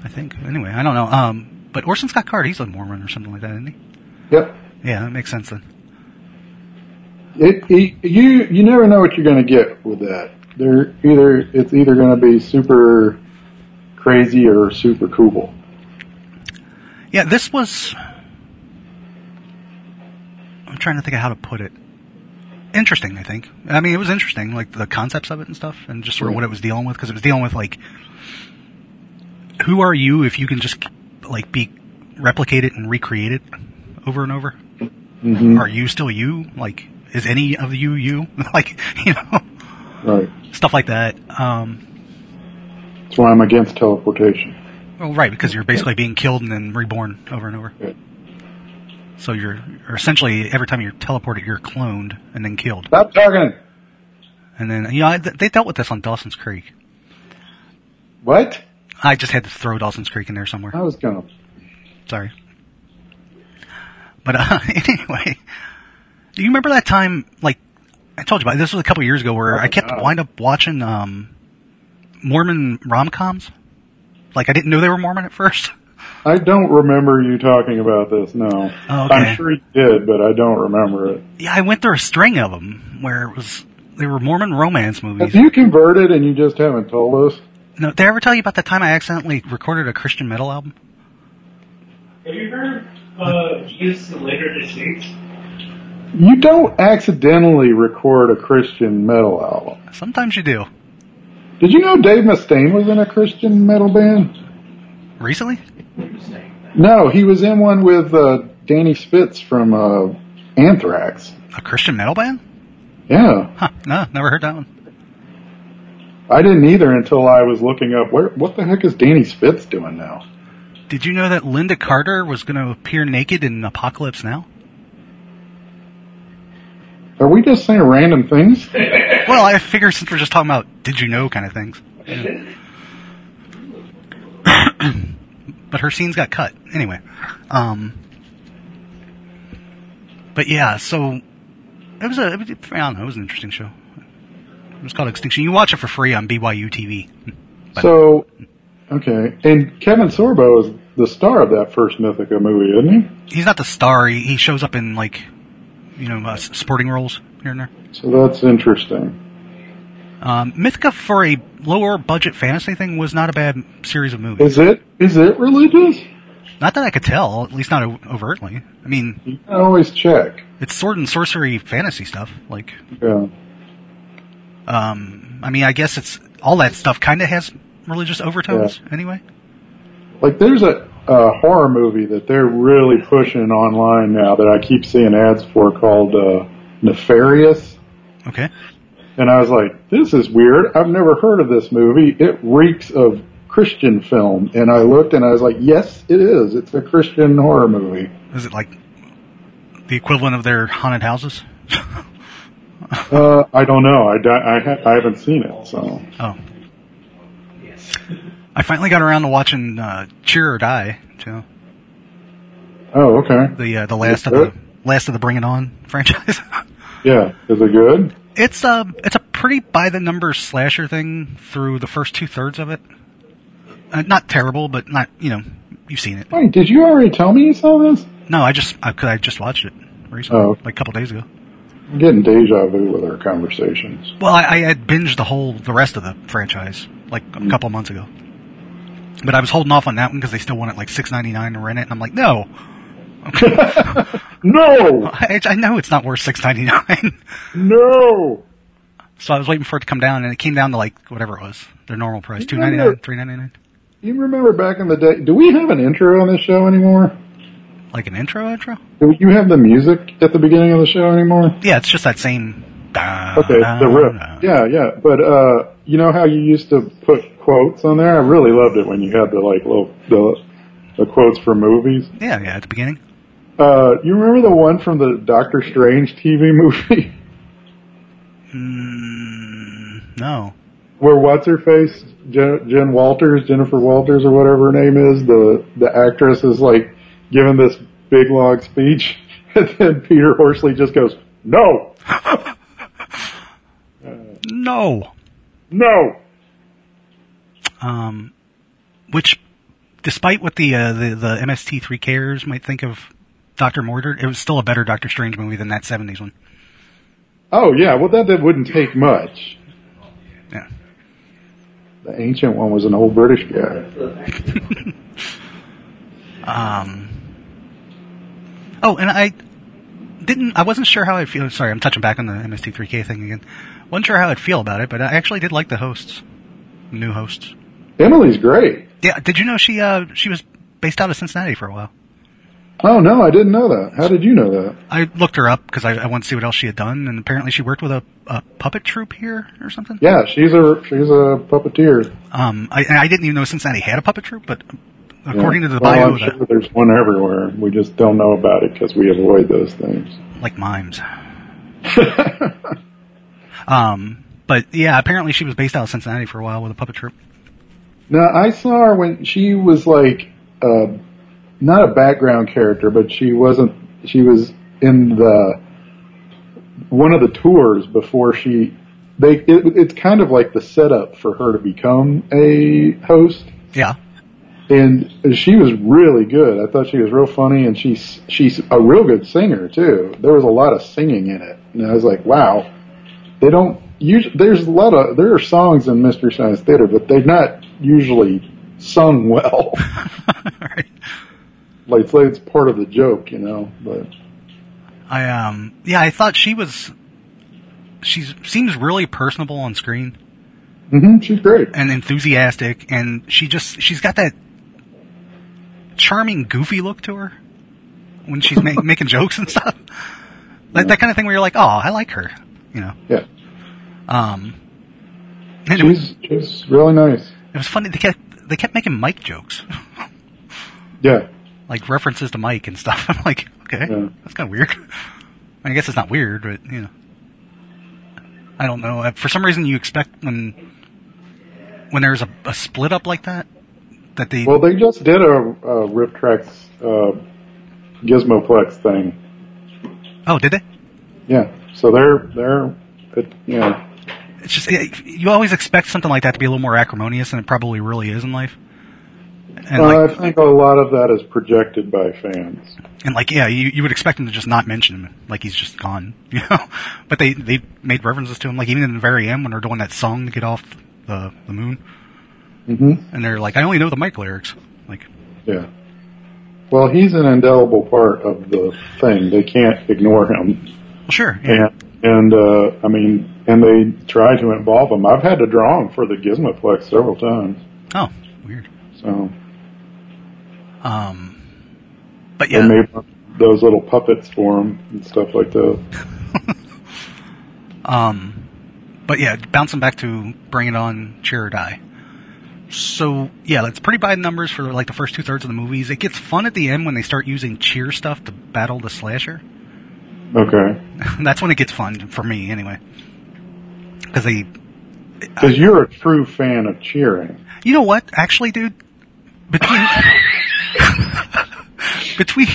A: I think anyway. I don't know. Um, but Orson Scott Card, he's a Mormon or something like that, isn't he?
B: Yep.
A: Yeah, that makes sense then.
B: It, it, you you never know what you're going to get with that. They're either it's either going to be super crazy or super cool.
A: Yeah, this was. I'm trying to think of how to put it. Interesting, I think. I mean, it was interesting, like the concepts of it and stuff, and just sort of what it was dealing with, because it was dealing with like, who are you if you can just like be replicated and recreated over and over?
B: Mm-hmm.
A: Are you still you? Like, is any of you you? like, you know,
B: Right.
A: stuff like that. Um,
B: That's why I'm against teleportation.
A: well, Oh, right, because you're basically being killed and then reborn over and over.
B: Yeah.
A: So you're, or essentially every time you're teleported, you're cloned and then killed.
B: Stop talking.
A: And then, you know, I, they dealt with this on Dawson's Creek.
B: What?
A: I just had to throw Dawson's Creek in there somewhere.
B: I was gonna.
A: Sorry. But uh, anyway, do you remember that time? Like I told you about, this was a couple years ago where I kept
B: God.
A: wind up watching um, Mormon rom coms. Like I didn't know they were Mormon at first.
B: I don't remember you talking about this. No.
A: okay.
B: I'm sure you did, but I don't remember it.
A: Yeah, I went through a string of them where it was they were Mormon romance
B: Have
A: movies.
B: you converted and you just haven't told us?
A: No, did I ever tell you about the time I accidentally recorded a Christian metal album?
C: Have you heard uh, Jesus is later to shape?
B: You don't accidentally record a Christian metal album.
A: Sometimes you do.
B: Did you know Dave Mustaine was in a Christian metal band?
A: Recently?
B: No, he was in one with uh, Danny Spitz from uh, Anthrax.
A: A Christian metal band?
B: Yeah,
A: Huh, no, never heard that one.
B: I didn't either until I was looking up where. What the heck is Danny Spitz doing now?
A: Did you know that Linda Carter was going to appear naked in Apocalypse Now?
B: Are we just saying random things?
A: Well, I figure since we're just talking about did you know kind of things. but her scenes got cut anyway. Um, but yeah, so it was a it was, I don't know, it was an interesting show. It was called Extinction. You watch it for free on BYU TV.
B: So, okay, and Kevin Sorbo is the star of that first Mythica movie, isn't
A: He's not the star. He, he shows up in like you know uh, s- sporting roles here and there.
B: he? So that's interesting.
A: Um, Mythica for a lower budget fantasy thing was not a bad series of movies.
B: Is it is it religious?
A: Not that I could tell, at least not o- overtly. I mean,
B: You can always check.
A: it's sword and sorcery fantasy stuff. Like,
B: Yeah.
A: um, I mean, I guess it's all that stuff kind of has religious overtones anyway.
B: Like there's a, a horror movie that they're really pushing online now that I keep seeing ads for called uh, Nefarious,
A: Okay.
B: and I was like, this is weird. I've never heard of this movie. It reeks of Christian film, and I looked and I was like, yes, it is. It's a Christian horror movie.
A: Is it like the equivalent of their haunted houses?
B: Uh, I don't know. I, di- I, ha- I haven't seen it, so
A: oh,
C: Yes.
A: I finally got around to watching uh, Cheer or Die, too.
B: oh okay,
A: The uh, the last of
B: Sure.
A: the last of the Bring It On franchise.
B: yeah. Is it good?
A: it's a it's a pretty by the numbers slasher thing through the first two thirds of it. Uh, not terrible, but not you know you've seen it.
B: Wait, did you already tell me you saw this?
A: No, I just I, 'cause I just watched it recently,
B: Oh.
A: like a couple days ago.
B: I'm getting deja vu with our conversations.
A: Well, I, I had binged the whole the rest of the franchise like a couple months ago, but I was holding off on that one because they still wanted like six ninety nine to rent it, and I'm like, no,
B: No,
A: I, I know it's not worth six ninety nine.
B: no.
A: so I was waiting for it to come down, and it came down to like whatever it was, their normal price two ninety nine, three ninety nine,
B: You remember back in the day? Do we have an intro on this show anymore?
A: like an intro intro.
B: Do you have the music at the beginning of the show anymore?
A: Yeah, it's just that same. da,
B: Okay,
A: da,
B: the riff.
A: da.
B: Yeah, yeah. But uh, you know how you used to put quotes on there? I really loved it when you had the like little the, the quotes for movies.
A: yeah, yeah. At the beginning,
B: Uh, you remember the one from the Doctor Strange TV movie
A: mm, no.
B: where what's her face Jen, Jen Walters, Jennifer Walters, or whatever her name is, the the actress is like giving this big long speech, and then Peter Horsley just goes, "No,
A: No.
B: no."
A: Um, which, despite what the, uh, the, the MST3 carers might think of Dr. Mordred, it was still a better Doctor Strange movie than that 70s one.
B: Oh yeah, well that, that wouldn't take much.
A: Yeah.
B: The ancient one was an old British guy.
A: Um, oh, and I didn't. I wasn't sure how I feel. Sorry, I'm touching back on the MST3K thing again. wasn't sure how I'd feel about it, but I actually did like the hosts, new hosts.
B: Emily's great.
A: Yeah, did you know she uh she was based out of Cincinnati for a while?
B: Oh no, I didn't know that. How did you know that?
A: I looked her up because I, I wanted to see what else she had done, and apparently she worked with a, a puppet troupe here or something.
B: Yeah, she's a she's a puppeteer.
A: Um, I, and I didn't even know Cincinnati had a puppet troupe, but according
B: Yeah.
A: to the
B: well,
A: bio,
B: I'm
A: that-
B: sure there's one everywhere. We just don't know about it because we avoid those things.
A: like mimes. Um, but yeah, apparently she was based out of Cincinnati for a while with a puppet troupe.
B: No, I saw her when she was like uh, not a background character, but she wasn't. She was in the one of the tours before she. They it, it's kind of like the setup for her to become a host,
A: Yeah,
B: and she was really good. I thought she was real funny, and she's she's a real good singer too. There was a lot of singing in it, and I was like, wow, they don't. Usually, there's a lot of there are songs in Mystery Science Theater, but they're not usually sung well.
A: right.
B: like it's, like it's part of the joke, you know. But
A: I um yeah, I thought she was she seems really personable on screen
B: hmm she's great.
A: and enthusiastic and she just she's got that charming goofy look to her when she's ma- making jokes and stuff. Like that kind of thing where you're like, "Oh, I like her." You know.
B: Yeah,
A: Um and it was,
B: she's she's really nice.
A: it was funny they kept they kept making Mike jokes.
B: Yeah,
A: like references to Mike and stuff. I'm like, okay,
B: Yeah.
A: that's kind of weird. I, mean, I guess it's not weird, but you know, I don't know. Uh, For some reason, you expect when when there's a, a split up like that that they
B: well, they just did a, a Rift Tracks uh, Gizmoplex thing.
A: oh did they?
B: Yeah, so they're they're it, you know.
A: It's just it, you always expect something like that to be a little more acrimonious than it probably really is in life. And
B: Well,
A: like
B: Uh, I think a lot of that is projected by fans.
A: and like yeah, you, you would expect him to just not mention him, like he's just gone, you know. But they they made references to him, like even in the very end when they're doing that song to get off the the moon.
B: Mm-hmm.
A: and they're like, I only know the Mike lyrics. Like,
B: Yeah. Well, he's an indelible part of the thing. They can't ignore him.
A: well, sure, yeah.
B: And and uh, I mean, and they try to involve him. I've had to draw him for the Gizmoplex several times.
A: Oh, weird.
B: So
A: Um, but
B: they
A: yeah,
B: made those little puppets for him and stuff like that.
A: um, but yeah, bouncing back to Bring It On, Cheer or Die. So yeah, that's pretty bad numbers for like the first two thirds of the movies. It gets fun at the end when they start using cheer stuff to battle the slasher.
B: Okay,
A: that's when it gets fun for me, anyway. Because they,
B: because you're a true fan of cheering.
A: you know what? Actually, dude, between between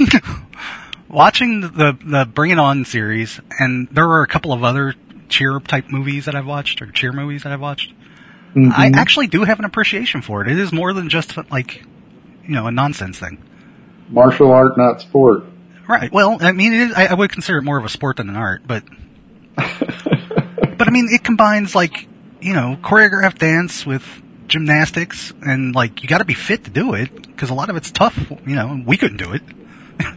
A: watching the the Bring It On series, and there were a couple of other cheer type movies that I've watched or cheer movies that I've watched. Mm-hmm.
B: Mm-hmm.
A: I actually do have an appreciation for it. It is more than just like you know a nonsense thing,
B: Martial art, not sport.
A: right? Well, I mean, it is, I, I would consider it more of a sport than an art, but but I mean, it combines like you know choreographed dance with gymnastics, and like you got to be fit to do it because a lot of it's tough. You know, and we couldn't do it.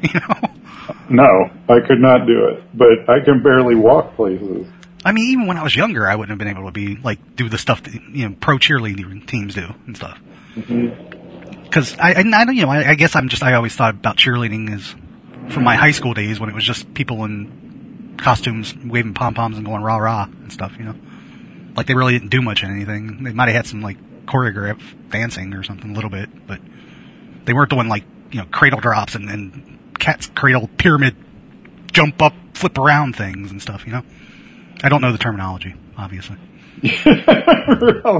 A: you know,
B: No, I could not do it, but I can barely walk places.
A: I mean, even when I was younger, I wouldn't have been able to be like do the stuff that you know pro cheerleading teams do and stuff. Because I, I, I don't, you know, I, I guess I'm just I always thought about cheerleading as from my high school days when it was just people in costumes waving pom poms and going rah rah and stuff. You know, like they really didn't do much in anything. They might have had some like choreographed dancing or something a little bit, but they weren't doing like you know cradle drops and, and cat's cradle pyramid jump up flip around things and stuff. You know. I don't know the terminology, obviously.
B: oh,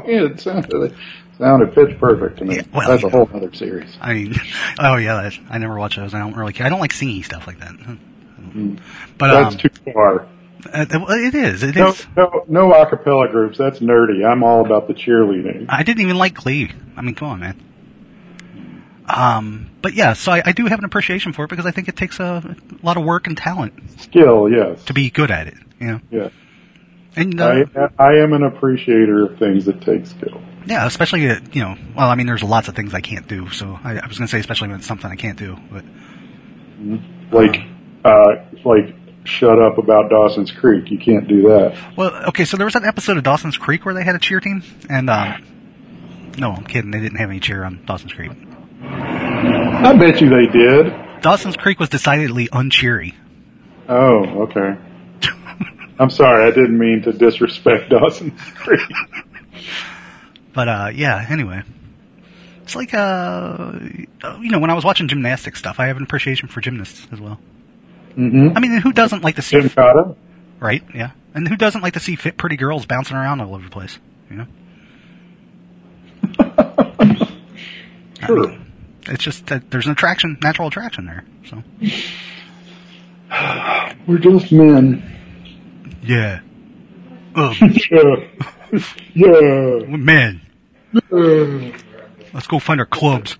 B: yeah, it sounded, it sounded pitch perfect to me.
A: Yeah, well,
B: That's
A: you
B: a whole other series.
A: I mean, oh yeah, that's, I never watch those. I don't really care. I don't like singing stuff like that. But
B: Mm. That's
A: um,
B: too far.
A: uh, it is. It is.
B: No, no, no acapella groups. That's nerdy. I'm all about the cheerleading.
A: I didn't even like Glee. I mean, come on, man. Um, but yeah, so I, I do have an appreciation for it because I think it takes a, a lot of work and talent
B: Skill, yes.
A: to be good at it. You know,
B: Yeah.
A: and uh,
B: I, I am an appreciator of things that take skill.
A: Yeah, especially uh, you know. Well, I mean, there's lots of things I can't do. So I, I was going to say, especially when it's something I can't do. But
B: Like, uh, like shut up about Dawson's Creek. You can't do that.
A: well, okay. So there was an episode of Dawson's Creek where they had a cheer team, and um, no, I'm kidding. They didn't have any cheer on Dawson's Creek.
B: I bet you they did.
A: Dawson's Creek was decidedly uncheery.
B: Oh, okay. I'm sorry. I didn't mean to disrespect Dawson's Creek.
A: But uh, yeah. Anyway, it's like uh, you know, when I was watching gymnastic stuff, I have an appreciation for gymnasts as well.
B: Mm-hmm.
A: I mean, who doesn't like to see
B: Jim Cotta.
A: Right, yeah. And who doesn't like to see fit pretty girls bouncing around all over the place, you know? I
B: Sure.
A: mean, it's just that there's an attraction, natural attraction there. So
B: We're just men.
A: Yeah. Ugh,
B: Yeah. yeah.
A: man,
B: Yeah.
A: let's go find our clubs.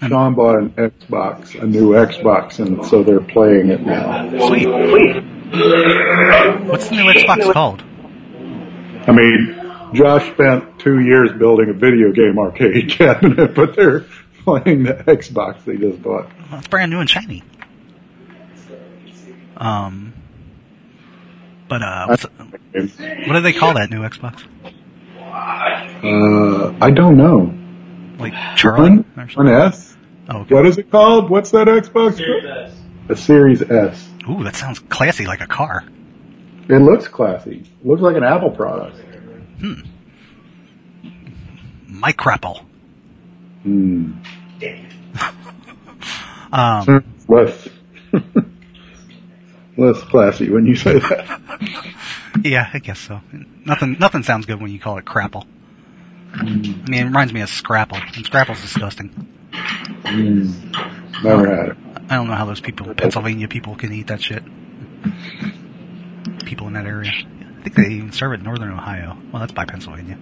B: Sean bought an Xbox, a new Xbox, and so they're playing it now.
A: Sweet. What's the new Xbox called?
B: I mean, Josh spent two years building a video game arcade cabinet, but they're playing the Xbox they just bought.
A: Well, it's brand new and shiny. Um, but uh, what's,
B: Uh,
A: what do they call that new Xbox?
B: Uh, I don't know.
A: Like Charlie or
B: One,
A: something?
B: one S?
A: Oh, okay.
B: What is it called? What's that Xbox called? A Series S.
A: Ooh, that sounds classy, like a car.
B: It looks classy. Looks like an Apple product.
A: Micrapple.
B: Hmm.
A: Um,
B: Less, less classy when you say that.
A: Yeah, I guess so. Nothing, nothing sounds good when you call it crapple. I mean, it reminds me of Scrapple, and Scrapple's disgusting.
B: Never had it.
A: I don't know how those people, Pennsylvania people, can eat that shit. People in that area. I think they even serve it in northern Ohio. Well, that's by Pennsylvania.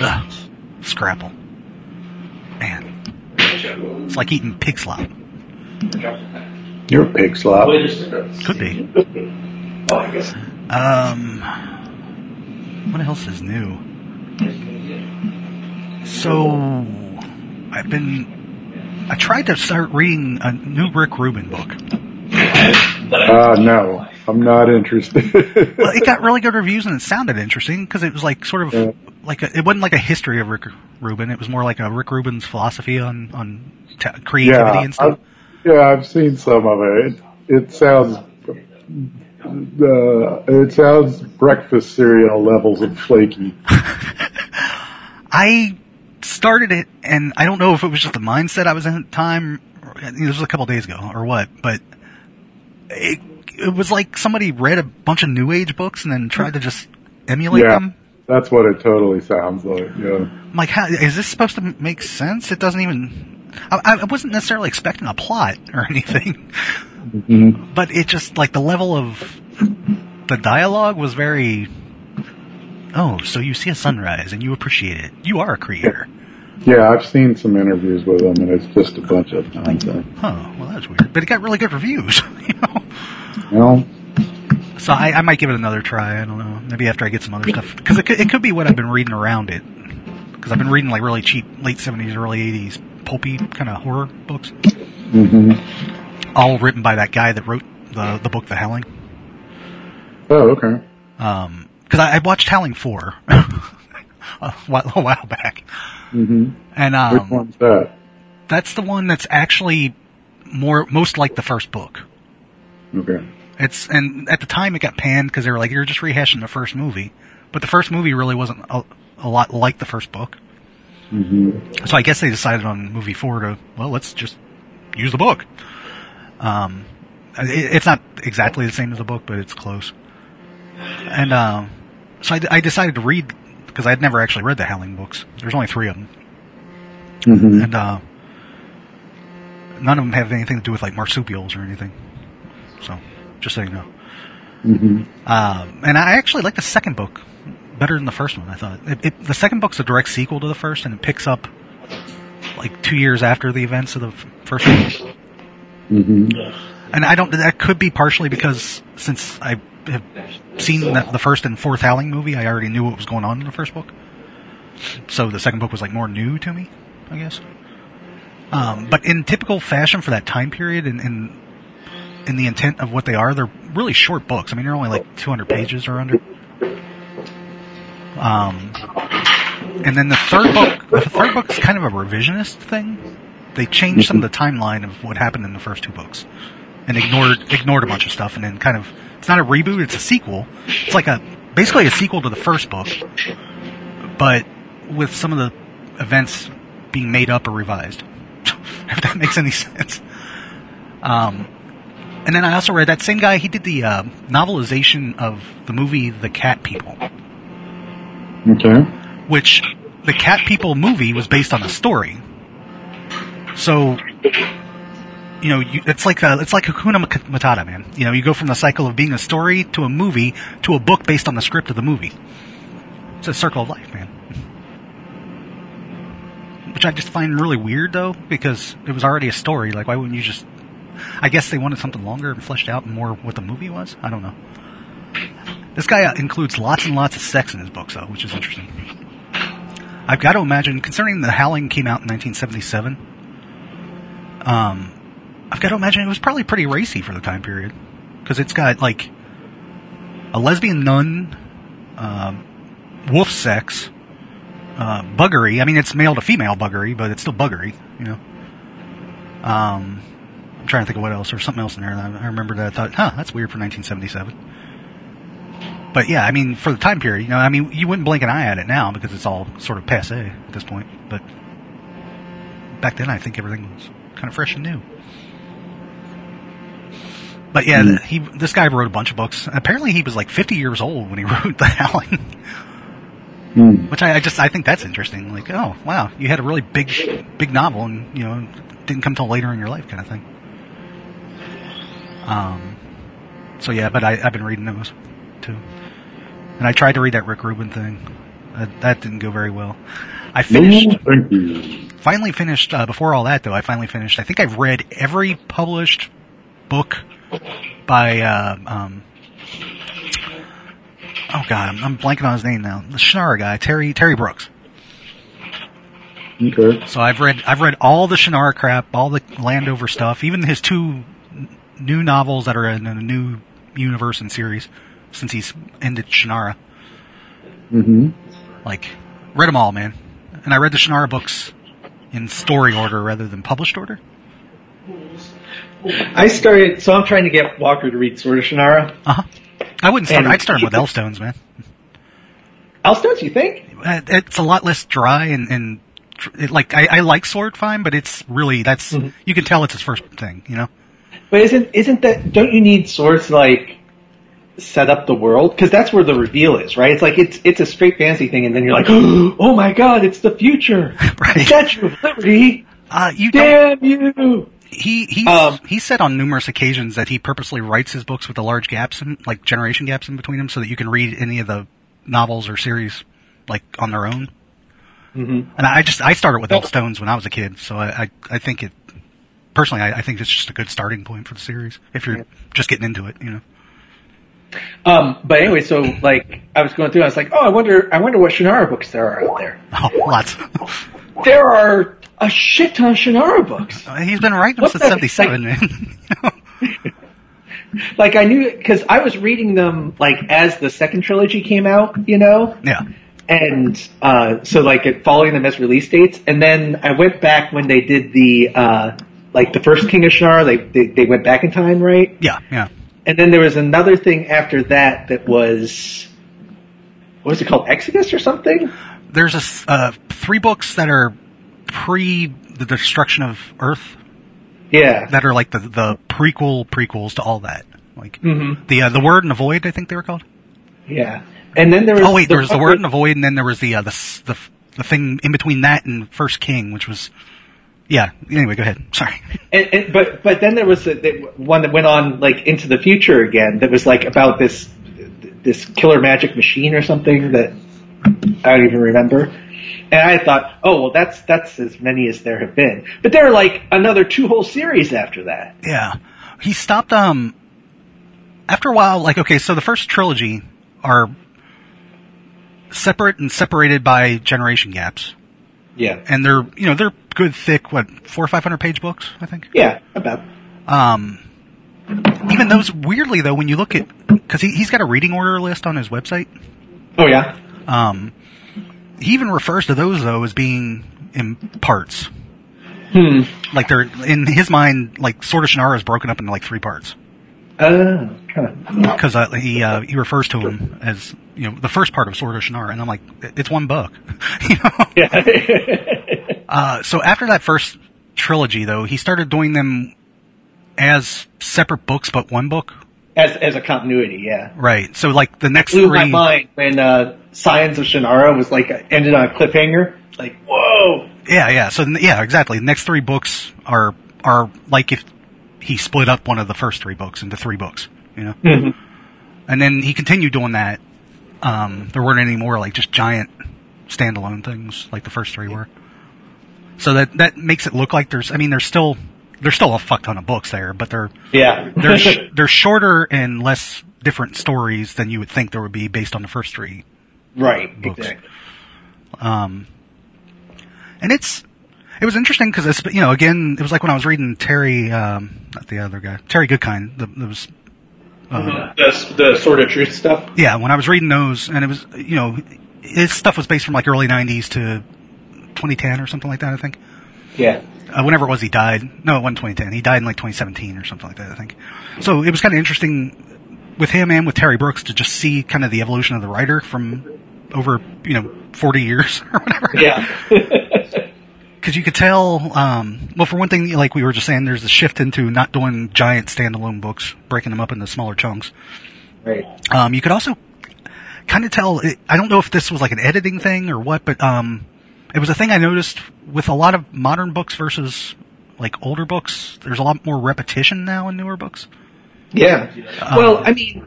A: Ugh, Scrapple. Man, it's like eating pig slop.
B: You're a pig slop.
A: Could be.
C: Oh, I guess.
A: Um, what else is new? So, I've been. I tried to start reading a new Rick Rubin book.
B: Uh, no, I'm not interested.
A: Well, it got really good reviews and it sounded interesting because it was like sort of
B: Yeah.
A: like a, it wasn't like a history of Rick Rubin. It was more like a Rick Rubin's philosophy on on t- creativity and stuff.
B: I've, yeah, I've seen some of it. It, it sounds, uh, it sounds breakfast cereal levels of flaky.
A: I started it, and I don't know if it was just the mindset I was in at the time. Or, this was a couple days ago, or what? But it, it was like somebody read a bunch of New Age books and then tried to just emulate
B: yeah,
A: them.
B: that's what it totally sounds like. Yeah,
A: I'm like, how, is this supposed to make sense? It doesn't even. I, I wasn't necessarily expecting a plot or anything,
B: Mm-hmm.
A: but it just like the level of the dialogue was very. Oh, so you see a sunrise and you appreciate it. You are a creator.
B: yeah, I've seen some interviews with him, and it's just a bunch of nonsense.
A: Huh, well, that was weird. But it got really good reviews, you know?
B: You know,
A: So I, I might give it another try. I don't know. Maybe after I get some other stuff. Because it could, it could be what I've been reading around it. Because I've been reading, like, really cheap, late 70s, early 80s, pulpy kind of horror books. All written by that guy that wrote the, the book, The Howling.
B: oh okay.
A: Because um, I, I watched Howling 4 a, while, a while back.
B: hmm
A: And
B: Which
A: um,
B: one's that?
A: that's the one that's actually more most like the first book.
B: Okay.
A: It's and at the time it got panned because they were like you're just rehashing the first movie, but the first movie really wasn't a, a lot like the first book. Mm-hmm. So I guess they decided on movie four to well let's just use the book. Um, it, it's not exactly the same as the book, but it's close. And um, so I, d- I decided to read because I had never actually read the Howling books. There's only three of them,
B: hmm
A: and uh, none of them have anything to do with like marsupials or anything. So just so you know.
B: hmm
A: Um, and I actually like the second book better than the first one. I thought it, it, the second book's a direct sequel to the first, and it picks up like two years after the events of the f- first one.
B: hmm
A: And I don't. That could be partially because since I have seen the, the first and fourth Howling movie, I already knew what was going on in the first book. So the second book was like more new to me, I guess. Um, but in typical fashion for that time period and, and in the intent of what they are, they're really short books. I mean, they're only like 200 pages or under. Um, and then the third book, the third book is kind of a revisionist thing. They changed some of the timeline of what happened in the first two books, and ignored ignored a bunch of stuff, and then kind of it's not a reboot, it's a sequel. It's like a basically a sequel to the first book, but with some of the events being made up or revised. if that makes any sense. Um, and then I also read that same guy. He did the uh, novelization of the movie The Cat People
B: Okay.
A: which the Cat People movie was based on a story. So, you know, you, it's like a, it's like Hakuna Mat- Matata, man. You know, you go from the cycle of being a story to a movie to a book based on the script of the movie. It's a circle of life, man. Which I just find really weird, though, because it was already a story. Like, why wouldn't you just? I guess they wanted something longer and fleshed out and more what the movie was. I don't know. This guy uh, includes lots and lots of sex in his books, though, which is interesting. I've got to imagine, considering the Howling came out in 1977, um, I've got to imagine it was probably pretty racy for the time period because it's got like a lesbian nun, um, wolf sex, uh, buggery. I mean, it's male to female buggery, but it's still buggery, you know. Um, I'm trying to think of what else. There's something else in there that I I remember that I thought, huh, that's weird for 1977 but yeah, I mean, for the time period, you know, I mean, you wouldn't blink an eye at it now because it's all sort of passe at this point. But back then, I think everything was kind of fresh and new. But yeah, th he this guy wrote a bunch of books. Apparently, he was like 50 years old when he wrote The Howling,
B: Hmm.
A: which I, I just I think that's interesting. Like, oh wow, you had a really big big novel, and you know, didn't come till later in your life, kind of thing. Um. So yeah, but I, I've been reading those too. And I tried to read that Rick Rubin thing. That, that didn't go very well. I
B: No,
A: finished,
B: thank you.
A: finally finished, uh, before all that though, I finally finished, I think I've read every published book by, uh, um, oh god, I'm, I'm blanking on his name now. The Shannara guy, Terry, Terry Brooks.
B: Okay.
A: So I've read I've read all the Shannara crap, all the Landover stuff, even his two n- new novels that are in a new universe and series since he's ended Shannara.
B: Mm-hmm.
A: Like read them all, man. And I read the Shannara books in story order rather than published order.
C: I started, so I'm trying to get Walker to read Sword of Shannara.
A: Uh huh. I wouldn't start.
C: And-
A: I'd start 'em with Elfstones, man.
C: Elstones, you think?
A: Uh, It's a lot less dry and and tr- it, like I, I like Sword Fine, but it's really that's you can tell it's his first thing, you know.
C: But isn't isn't that? Don't you need swords to, like set up the world? Because that's where the reveal is, right? It's like it's it's a straight fantasy thing, and then you're like, oh my god, it's the future,
A: Right.
C: Statue of Liberty,
A: Uh, you don't-
C: damn you!
A: He he
C: Um,
A: he said on numerous occasions that he purposely writes his books with the large gaps in like generation gaps in between them so that you can read any of the novels or series like on their own. Mm-hmm. And I just I started with Elfstones when I was a kid, so I I, I think it personally I, I think it's just a good starting point for the series if you're just getting into it, you know.
C: Um, but anyway, so like I was going through, I was like, oh, I wonder, I wonder what Shannara books there are out there.
A: Oh, lots.
C: There are a shit ton of Shannara books.
A: He's been writing them
C: What
A: since
C: the-
A: '77, man.
C: Like I knew because I was reading them like as the second trilogy came out, you know,
A: yeah.
C: and uh, so like it, following them as release dates, and then I went back when they did the uh, like the first King of Shannara, like, they they went back in time, right?
A: Yeah. Yeah.
C: And then there was another thing after that that was what was it called Exodus or something?
A: there's a s- uh, three books that are pre the destruction of Earth
C: Yeah,
A: that are like the the prequel prequels to all that. Like
C: Hmm.
A: the uh, the word and the void, I think they were called.
C: yeah. And then there was
A: Oh wait, there was the
C: one
A: word
C: with-
A: and the void, and then there was the uh, the s- the f- the thing in between that and First King, which was yeah. Anyway, go ahead. Sorry.
C: And, and, but but then there was a, the one that went on like into the future again. That was like about this this killer magic machine or something that I don't even remember. And I thought, oh well, that's that's as many as there have been. But there are like another two whole series after that.
A: Yeah, he stopped. Um, after a while, like okay, so the first trilogy are separate and separated by generation gaps,
C: Yeah.
A: and they're you know they're good thick what four or five hundred page books I think.
C: Yeah. About.
A: Um, even those weirdly though, when you look at because he he's got a reading order list on his website.
C: Oh yeah.
A: Um, he even refers to those though as being in parts.
C: Hmm.
A: Like they're in his mind, like Sword of Shannara is broken up into like three parts
C: Oh, kind of.
A: because uh, he uh, he refers to them as you know the first part of Sword of Shannara, and I'm like it's one book. you know.
C: Yeah.
A: Uh, so after that first trilogy though, he started doing them as separate books, but one book.
C: as as a continuity, yeah.
A: Right. So like the next
C: Blew my
A: three.
C: mind when uh, Science of Shannara was like ended on a cliffhanger. Like, whoa.
A: Yeah, yeah. So yeah, exactly. The next three books are are like if he split up one of the first three books into three books, you know.
C: Mhm.
A: And then he continued doing that. Um, there weren't any more like just giant standalone things like the first three were. So that that makes it look like there's. I mean, there's still there's still a fuck ton of books there, but they're
C: Yeah.
A: they're sh- they're shorter and less different stories than you would think there would be based on the first three
C: right.
A: books.
C: Exactly.
A: Um, and it's it was interesting because it's you know again it was like when I was reading Terry um, not the other guy Terry Goodkind the, that was uh,
C: The the sort of truth stuff.
A: yeah when I was reading those and it was you know his stuff was based from like early '90s to 2010 or something like that I think
C: Yeah.
A: uh, whenever it was he died no it wasn't 2010 he died in like 2017 or something like that I think so it was kind of interesting with him and with Terry Brooks to just see kind of the evolution of the writer from over you know 40 years or whatever
C: Yeah.
A: because you could tell. Um, well, for one thing, like we were just saying, there's a shift into not doing giant standalone books, breaking them up into smaller chunks.
C: right.
A: Um, you could also kind of tell. It, I don't know if this was like an editing thing or what, but um, it was a thing I noticed with a lot of modern books versus like older books. There's a lot more repetition now in newer books.
C: Yeah. well, I mean,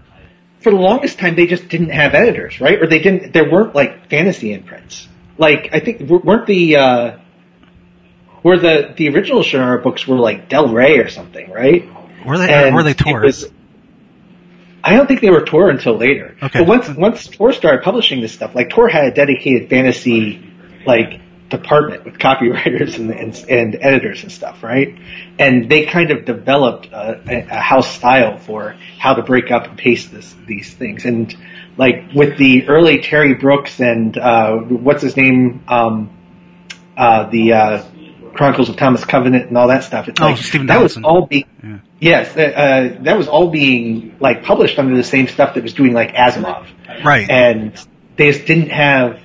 C: for the longest time, they just didn't have editors, right? Or they didn't. There weren't like fantasy imprints. Like I think w- weren't the uh, were the the original Shannara books were like Del Rey or something, right?
A: Were they?
C: And
A: were they
C: it
A: tour?
C: was- I don't think they were Tor until later.
A: Okay.
C: But once once Tor started publishing this stuff, like Tor had a dedicated fantasy like department with copywriters and and, and editors and stuff, right? And they kind of developed a, a, a house style for how to break up and paste this these things. And like with the early Terry Brooks and uh, what's his name, um, uh, the uh, Chronicles of Thomas Covenant and all that stuff. It's
A: Oh,
C: like,
A: Stephen
C: that was
A: Dowson.
C: all be
A: Yeah.
C: Yes, uh, uh, that was all being like published under the same stuff that was doing like Asimov,
A: Right.
C: and they just didn't have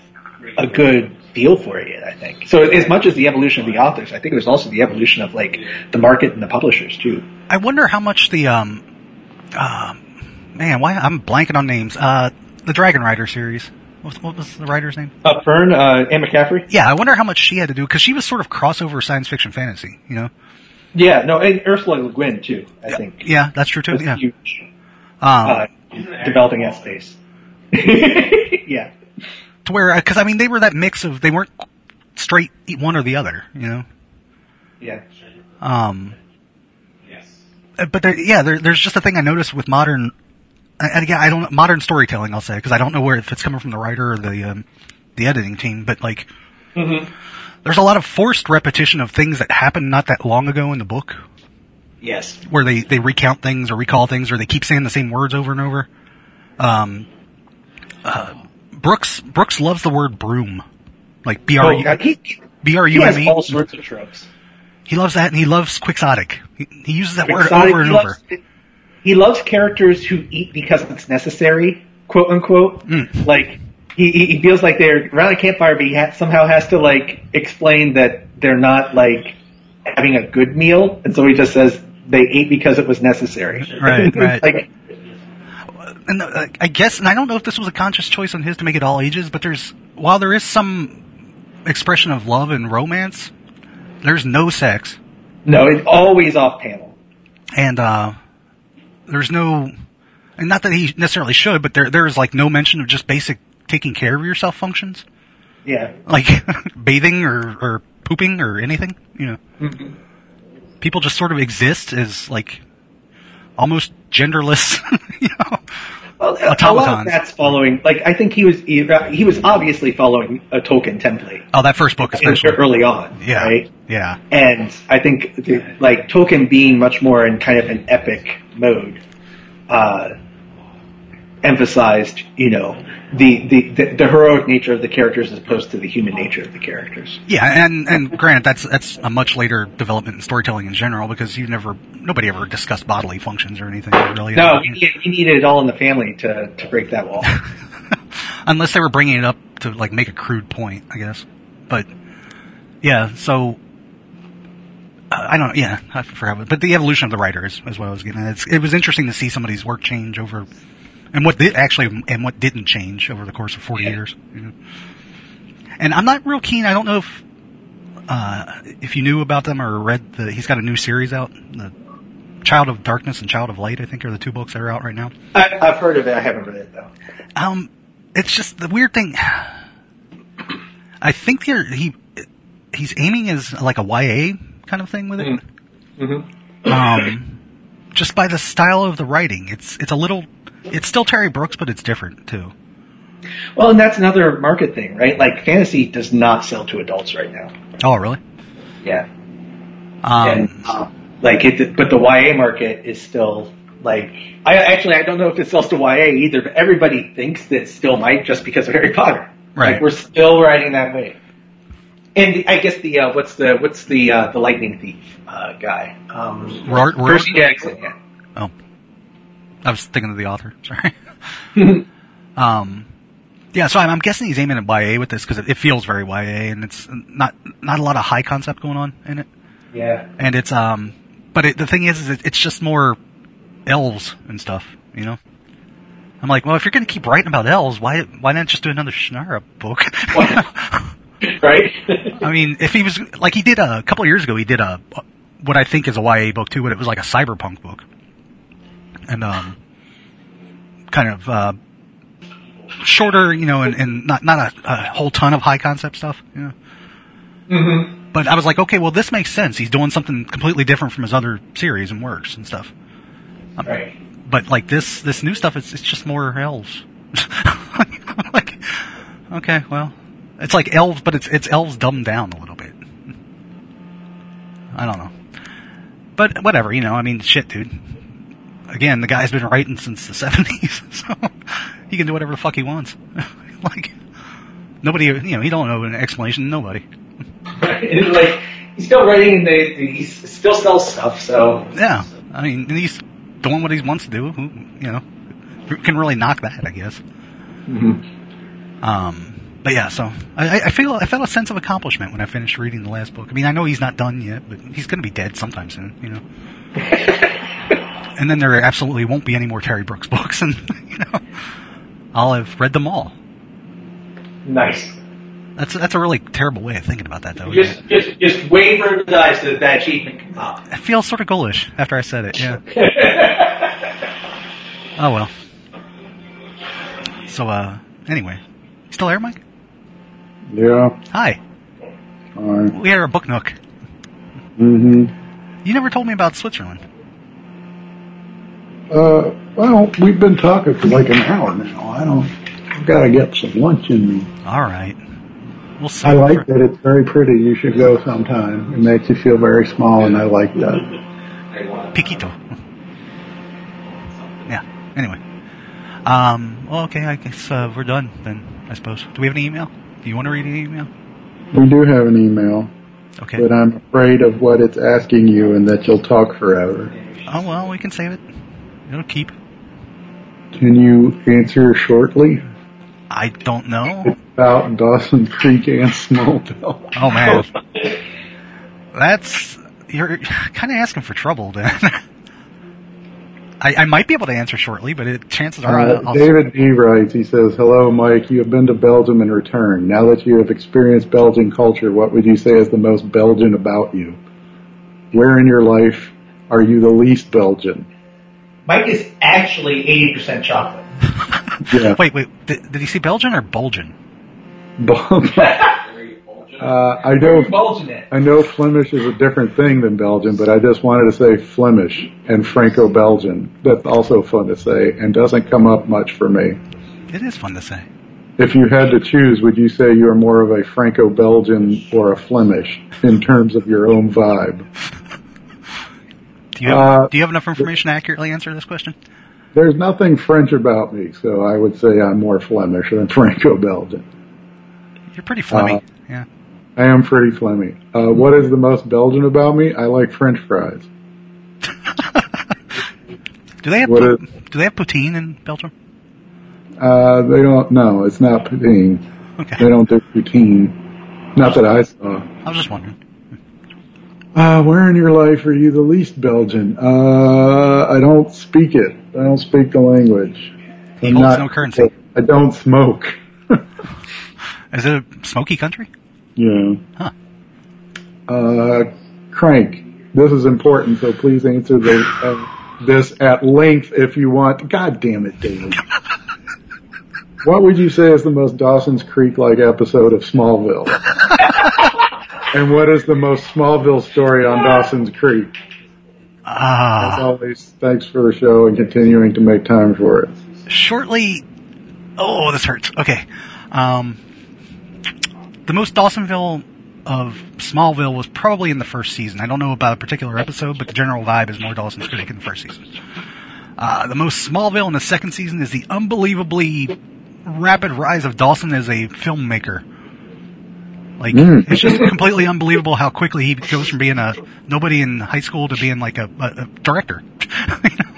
C: a good feel for it yet. I think so. As much as the evolution of the authors, I think it was also the evolution of like the market and the publishers too.
A: I wonder how much the um, uh, man, why I'm blanking on names. Uh, the Dragon Rider series. What was, what was the writer's name?
C: Uh, Fern, uh, Anne McCaffrey.
A: Yeah, I wonder how much she had to do because she was sort of crossover science fiction fantasy. You know?
C: Yeah, no, and Ursula Le Guin too. I think
A: Yeah, that's true too.
C: was
A: Yeah.
C: huge uh,
A: Um,
C: developing essays. yeah,
A: to where because I mean they were that mix of they weren't straight one or the other. You know?
C: yeah,
A: Um, uh, but there, yeah, there, there's just a thing I noticed with modern. And again, I don't modern storytelling. I'll say because I don't know where if it's coming from the writer or the um, the editing team, but like there's a lot of forced repetition of things that happened not that long ago in the book,
C: yes,
A: where they they recount things or recall things or they keep saying the same words over and over. Um, uh, Brooks Brooks loves the word broom, like b r
C: Oh,
A: u
C: God, he, he
A: b r
C: he
A: u
C: has
A: m
C: all
A: e.
C: sorts of tropes.
A: He loves that, and he loves quixotic. He, he uses that word
C: Exotic-
A: over and
C: he
A: over.
C: loves- he loves characters who eat because it's necessary, quote unquote.
A: Mm.
C: Like he, he he feels like they're around a campfire, but he ha- somehow has to like explain that they're not like having a good meal, and so he just says they ate because it was necessary.
A: Right, right.
C: like
A: and uh, I guess, and I don't know if this was a conscious choice on his to make it all ages, but there's while there is some expression of love and romance, there's no sex,
C: no, it's always off panel.
A: and uh, there's no, and not that he necessarily should, but there there is like no mention of just basic taking care of yourself functions
C: Yeah,
A: like bathing or or pooping or anything.
C: Mm-hmm.
A: You know, people just sort of exist as like almost genderless. you know,
C: Well, a, a lot
A: automatons.
C: of that's following. Like I think he was he, he was obviously following a Tolkien template
A: oh, that first book especially.
C: early on,
A: Yeah,
C: right?
A: yeah,
C: And I think the, like Tolkien being much more in kind of an epic mode, uh, emphasized you know the, the the the heroic nature of the characters as opposed to the human nature of the characters.
A: yeah. And and granted, that's that's a much later development in storytelling in general because you never nobody ever discussed bodily functions or anything really.
C: No, we needed, we needed it all in the family to to break that wall.
A: unless they were bringing it up to like make a crude point, I guess. But yeah, so uh, I don't. Yeah, I forgot. what- But the evolution of the writer is, is what I was getting. At. It's, it was interesting to see somebody's work change over, and what did actually and what didn't change over the course of forty
C: Yeah.
A: years. you know. And I'm not real keen. I don't know if uh, if you knew about them or read the. He's got a new series out. The Child of Darkness and Child of Light, I think, are the two books that are out right now.
C: I, I've heard of it. I haven't read it though.
A: Um, it's just the weird thing. I think they're, he he's aiming as like a YA kind of thing with it.
C: Mm-hmm.
A: Um, just by the style of the writing, it's it's a little. It's still Terry Brooks, but it's different too.
C: Well, and that's another market thing, right? Like fantasy does not sell to adults right now.
A: Oh, really?
C: Yeah.
A: Um,
C: and uh, like it, but the YA market is still like I actually I don't know if it sells to YA either, but everybody thinks that it still might just because of Harry Potter.
A: Right.
C: Like we're still riding that wave. And the, I guess the uh, what's the what's the uh, the lightning thief uh, guy? Um,
A: Ro- Ro-
C: Percy Jackson. Yeah.
A: Oh, I was thinking of the author. Sorry. um, yeah. So I'm, I'm guessing he's aiming at YA with this because it, it feels very YA, and it's not not a lot of high concept going on in it.
C: Yeah.
A: and it's um but it, the thing is, is it, it's just more elves and stuff you know i'm like well if you're going to keep writing about elves why why not just do another Shannara book
C: Right.
A: i mean if he was like he did a, couple of years ago he did a what i think is a ya book too but it was like a cyberpunk book and um kind of uh shorter you know and, and not not a, a whole ton of high concept stuff you know
C: mm-hmm.
A: but I was like, okay, well, this makes sense. He's doing something completely different from his other series and works and stuff.
C: Right.
A: But like this, this new stuff, it's it's just more elves. like, okay, well, it's like elves, but it's it's elves dumbed down a little bit. I don't know, but whatever, you know. I mean, shit, dude. Again, the guy's been writing since the seventies, so he can do whatever the fuck he wants. like, nobody, you know, he don't owe an explanation to nobody.
C: It's like he's still writing. The, he still sells stuff. So
A: Yeah, I mean, and he's doing what he wants to do. Who, you know, who can really knock that? I guess. Um, but yeah, so I, I- I feel I felt a sense of accomplishment when I finished reading the last book. I mean, I know he's not done yet, but he's going to be dead sometime soon, you know. and then there absolutely won't be any more Terry Brooks books, and you know, I'll have read them all.
C: nice.
A: That's that's a really terrible way of thinking about that, though. isn't it?
C: Just, just, just wave your eyes that that achievement can pop.
A: I feel sort of goalish after I said it. Yeah. oh well. So uh, anyway, You still there, Mike?
B: Yeah.
A: Hi.
B: Alright.
A: We are a book nook.
B: hmm
A: You never told me about Switzerland.
B: Uh, well, we've been talking for like an hour now. I don't. I've got to get some lunch in me.
A: All right. We'll see.
B: I like that. It's very pretty. You should go sometime. It makes you feel very small, and I like that.
A: Piquito. yeah. Anyway. Um. Well, okay. I guess uh, we're done then. I suppose. Do we have an email? Do you want to read an email?
B: We do have an email,
A: Okay.
B: but I'm afraid of what it's asking you, and that you'll talk forever.
A: Oh well, we can save it. It'll keep.
B: Can you answer shortly?
A: I don't know.
B: It's about Dawson Creek and Smallville.
A: Oh man, that's you're kind of asking for trouble, then. I, I might be able to answer shortly, but it, chances are
B: Uh,
A: I'll, I'll-
B: David B. writes, he says, Hello, Mike. You have been to Belgium and returned. Now that you have experienced Belgian culture, what would you say is the most Belgian about you? Where in your life are you the least Belgian?
C: Mike is actually 80% chocolate.
B: Yeah.
A: wait, wait. Did, did he see Belgian or Bulgian?
B: Bul- Uh, I don't.
C: Bulging it.
B: I know Flemish is a different thing than Belgian, but I just wanted to say Flemish and Franco-Belgian. That's also fun to say and doesn't come up much for me.
A: It is fun to say.
B: If you had to choose, would you say you're more of a Franco-Belgian or a Flemish in terms of your own vibe?
A: Do you have,
B: Uh,
A: do you have enough information to accurately answer this question?
B: There's nothing French about me, so I would say I'm more Flemish than Franco-Belgian.
A: You're pretty phlegmy.
B: Uh,
A: yeah.
B: I am pretty Flemmy. Uh, what is the most Belgian about me? I like French fries.
A: Do they have
B: what
A: put- do they have poutine in Belgium?
B: Uh, they don't. No, it's not poutine.
A: Okay.
B: They don't do poutine. Not that I saw.
A: I was just wondering.
B: Uh, where in your life are you the least Belgian? Uh, I don't speak it. I don't speak the language.
A: He holds no currency.
B: I don't smoke.
A: Is it a smoky country?
B: yeah.
A: Huh.
B: Uh, crank. This is important, so please answer the, uh, this at length if you want. God damn it, David. what would you say is the most Dawson's Creek-like episode of Smallville? and what is the most Smallville story on Dawson's Creek? As
A: Ah.
B: always, thanks for the show and continuing to make time for it.
A: shortly. Oh, this hurts. Okay. Um, the most Dawsonville of Smallville was probably in the first season. I don't know about a particular episode, but the general vibe is more Dawson's Creek in the first season. Uh, the most Smallville in the second season is the unbelievably rapid rise of Dawson as a filmmaker. Like
B: Mm.
A: it's just completely unbelievable how quickly he goes from being a nobody in high school to being like a, a, a director. You know?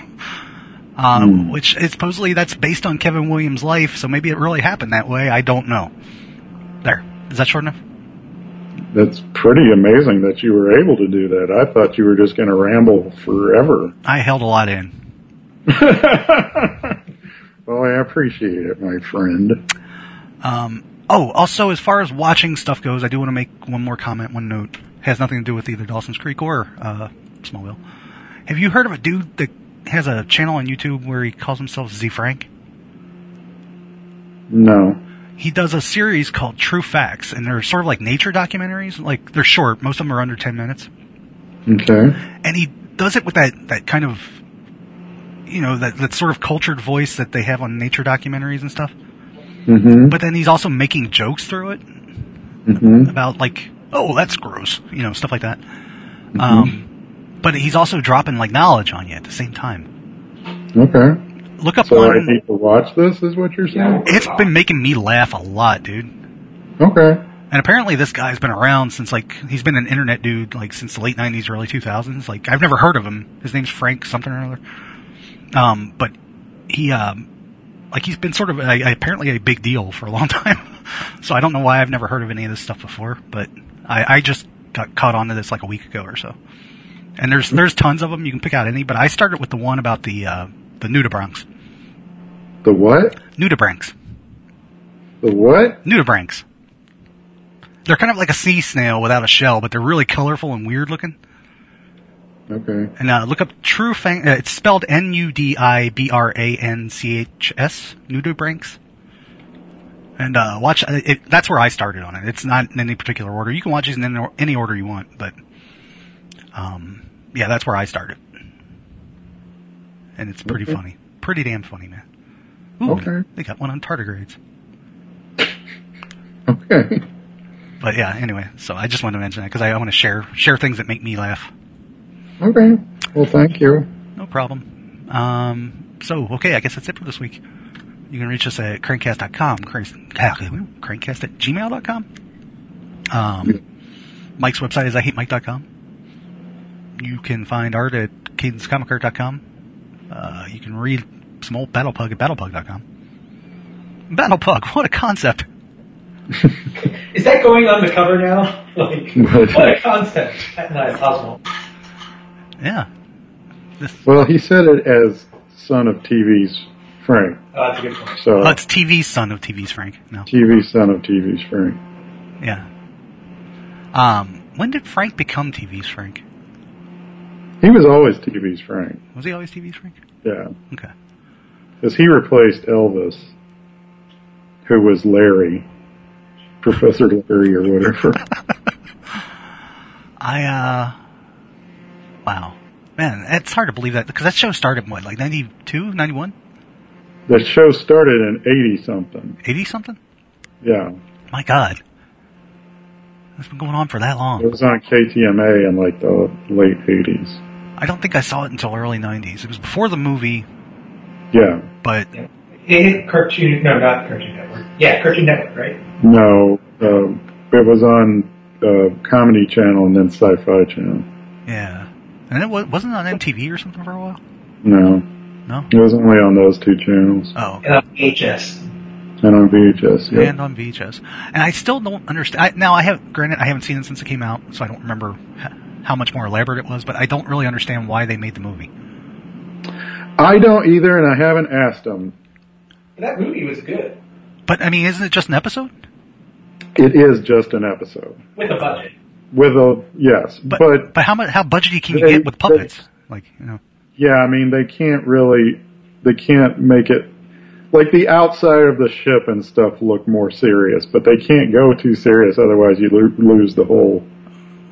A: um, which is supposedly that's based on Kevin Williams' life, so maybe it really happened that way. I don't know. There, is that short enough?
B: That's pretty amazing that you were able to do that. I thought you were just going to ramble forever.
A: I held a lot in.
B: well, Oh, I appreciate it, my friend.
A: Um, oh, also as far as watching stuff goes, I do want to make one more comment, one note. Has nothing to do with either Dawson's Creek or uh, Smallville. Have you heard of a dude that has a channel on YouTube where he calls himself Z Frank?
B: No.
A: he does a series called True Facts, and they're sort of like nature documentaries. Like they're short; most of them are under ten minutes.
B: Okay.
A: And he does it with that that kind of, you know, that that sort of cultured voice that they have on nature documentaries and stuff.
B: Mm-hmm.
A: But then he's also making jokes through it
B: Mm-hmm.
A: about like, oh, that's gross, you know, stuff like that.
B: Mm-hmm.
A: Um, but he's also dropping like knowledge on you at the same time.
B: Okay.
A: Look up
B: So I
A: one.
B: need to watch this, is what you're saying?
A: It's been making me laugh a lot, dude.
B: Okay.
A: And apparently this guy's been around since like he's been an internet dude like since the late nineties, early two thousands. Like I've never heard of him. His name's Frank something or other. Um, but he um like he's been sort of a, a- apparently a big deal for a long time. so I don't know why I've never heard of any of this stuff before, but I, I just got caught onto this like a week ago or so. And there's there's tons of them. You can pick out any, but I started with the one about the uh, the nudibranchs,
B: The what?
A: nudibranchs,
B: The what?
A: nudibranchs. They're kind of like a sea snail without a shell, but they're really colorful and weird looking.
B: Okay.
A: And uh, look up True Fang. Uh, it's spelled N U D I B R A N C H S. Nudibranchs. And uh, watch. uh, It, that's where I started on it. It's not in any particular order. You can watch these in any, any order you want, but um, yeah, that's where I started. And it's pretty
B: Okay.
A: funny. Pretty damn funny, man. Ooh,
B: Okay.
A: They got one on tardigrades.
B: Okay.
A: But yeah, anyway. So I just wanted to mention that because I, want to share share things that make me laugh.
B: Okay. Well, thank you.
A: No problem. Um, so, okay, I guess that's it for this week. You can reach us at crankcast.com, crank- ah, crankcast at gmail.com. Um, Mike's website is ihatemike.com. You can find art at cadencecomichart.com. Uh, you can read some old Battlepug at battlepug.com. Battlepug, what a concept.
D: Is that going on the cover now? Like,
B: What?
D: what a concept. That's not impossible.
A: Yeah.
B: Well, he said it as son of TV's Frank.
D: Oh, that's a good point.
B: So
A: Well, it's TV's son of TV's Frank. No.
B: TV son of TV's Frank.
A: Yeah. Um, when did Frank become TV's Frank?
B: He was always TV's Frank.
A: Was he always TV's Frank?
B: Yeah.
A: Okay.
B: Because he replaced Elvis, who was Larry, Professor Larry or whatever.
A: I uh, wow, man, it's hard to believe that because that show started in what, like 92, 91,
B: the show started in eighty something.
A: 80 something.
B: Yeah,
A: My God, it's been going on for that long.
B: it was on KTMA in like the late eighties.
A: I don't think I saw it until early 90s. It was before the movie,
B: Yeah,
A: but
D: It, Cartoon, no, not Cartoon Network. Yeah, Cartoon Network, right?
B: no, um it was on uh, Comedy Channel and then Sci-Fi Channel.
A: yeah. And it wa- wasn't it on MTV or something for a while.
B: No,
A: No.
B: it was only on those two channels
A: Oh, okay.
D: And on VHS.
A: Oh.
B: and on VHS. Yeah.
A: and on VHS. And I still don't understand. I, now I have, granted, I haven't seen it since it came out, so I don't remember h- how much more elaborate it was. But I don't really understand why they made the movie.
B: I don't either, and I haven't asked them.
D: That movie was good.
A: But I mean, isn't it just an episode?
B: It is just an episode
D: With a budget.
B: with a yes,
A: But
B: but
A: but, how much how budgety can you
B: They-
A: get with puppets? like you know,
B: Yeah, I mean they can't really they can't make it like the outside of the ship and stuff look more serious, but they can't go too serious otherwise you lo- lose the whole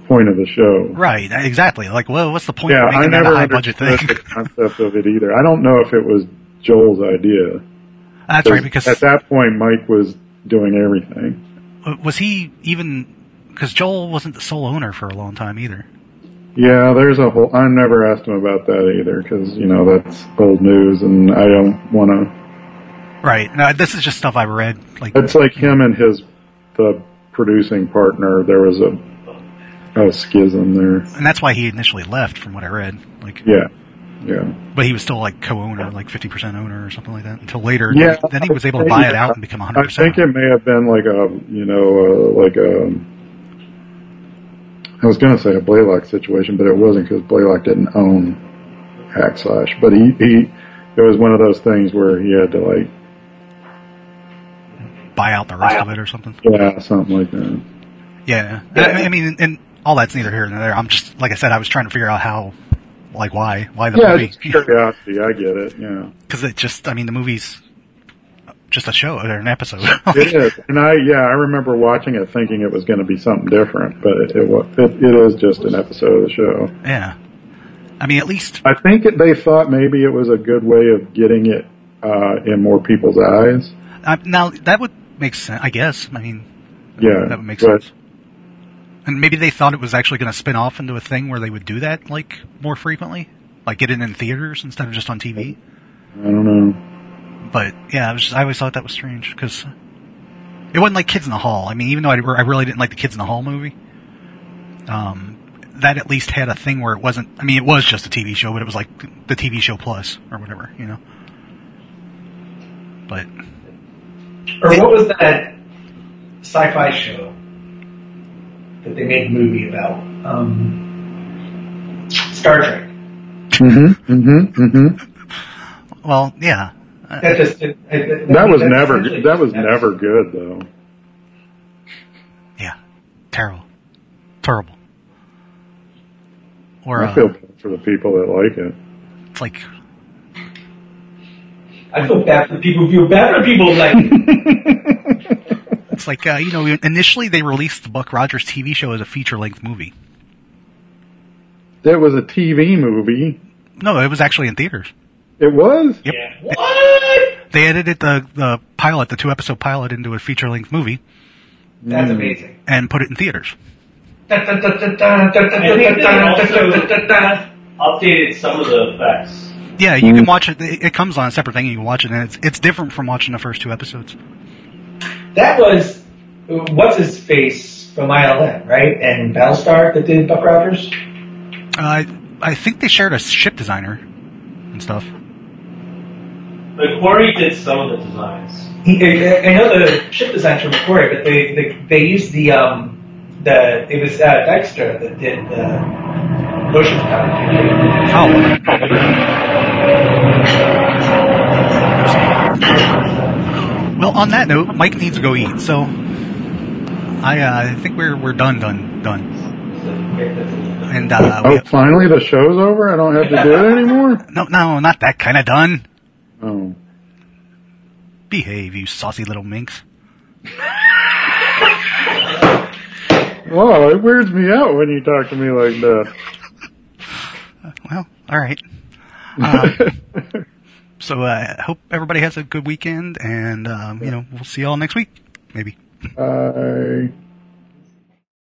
B: point of the show.
A: right? Exactly. Like, well, what's the point
B: Yeah,
A: of
B: I
A: making that
B: never
A: a high budget
B: understood
A: thing?
B: the concept of it either. I don't know if it was Joel's idea.
A: That's right. Because
B: at that point Mike was doing everything.
A: was he even? Because Joel wasn't the sole owner for a long time either.
B: Yeah, there's a whole. I never asked him about that either because you know that's old news, and I don't want to
A: Right. Now this is just stuff I've read. Like,
B: It's like him and his the producing partner. There was a a schism there.
A: and that's why he initially left, from what I read. Like,
B: Yeah, yeah,
A: but he was still like co-owner, like fifty percent owner or something like that, until later.
B: yeah.
A: Then he was able to buy it out and become hundred
B: I think
A: percent.
B: it may have been like a you know uh, like a. I was going to say a Blaylock situation, but it wasn't because Blaylock didn't own Hackslash. But he, he, it was one of those things where he had to like,
A: Buy out the rest of it or something.
B: yeah, something like that.
A: Yeah. I, I mean, and all that's neither here nor there. I'm just like I said, I was trying to figure out how, like, why, why the
B: Yeah,
A: movie?
B: just curiosity. I get it. Yeah.
A: because it just I mean the movie's just a show or an episode.
B: It is, and I yeah, I remember watching it thinking it was going to be something different, but it, it wa- it it is just an episode of the show.
A: yeah, I mean at least
B: I think it, they thought maybe it was a good way of getting it uh, in more people's eyes.
A: I, uh, now that would make sense. I guess I mean
B: Yeah,
A: that would make
B: but-
A: sense. And maybe they thought it was actually going to spin off into a thing where they would do that like more frequently, like get it in theaters instead of just on TV.
B: I don't know.
A: But yeah, I was just, I always thought that was strange because it wasn't like Kids in the Hall. I mean, even though I, I really didn't like the Kids in the Hall movie, um, that at least had a thing where it wasn't. I mean, it was just a TV show, but it was like the TV show plus or whatever, you know. But
D: Or what was that sci-fi show that they made a movie about? Um, Star Trek.
B: Mm-hmm. Mm-hmm. Mm-hmm.
A: well, yeah,
D: That just it, it-
B: That was
D: that's
B: never
D: essentially
B: that was
D: just an
B: never
D: episode.
B: good though.
A: yeah, terrible, terrible. Or
B: I
A: uh,
B: feel bad for the people that like it.
A: it's like
D: I feel bad for the people. who Feel bad for the people who like. it.
A: It's like uh, you know, initially they released the Buck Rogers TV show as a feature-length movie.
B: It was a TV movie.
A: No, it was actually in theaters.
B: It was.
A: Yep.
D: yeah. What?
A: They edited the the pilot, the two episode pilot, into a feature length movie
D: That's amazing.
A: and put it in theaters.
E: updated some of the effects.
A: Yeah, you
B: Hmm.
A: can watch it. It it comes on a separate thing. and You can watch it, and it's it's different from watching the first two episodes.
D: That was what's his face from ILM, right? And Battlestar that did Buck Rogers.
A: Uh, I I think they shared a ship designer and stuff.
E: But Corey did some of the designs.
D: He, I I know the ship design's from Macquarie, but they, they they used the um the it was uh, Dykstra that did the motion power.
A: Oh, well. On that note, Mike needs to go eat. So I uh, I think we're we're done done done. And uh, we,
B: Oh, finally the show's over. I don't have to do it anymore.
A: no no not that kind of done.
B: Oh,
A: Behave, you saucy little minx.
B: whoa, Oh, it weirds me out when you talk to me like that.
A: Well, all right. Um, so uh, hope everybody has a good weekend, and um, you know we'll see y'all next week, maybe.
B: Bye.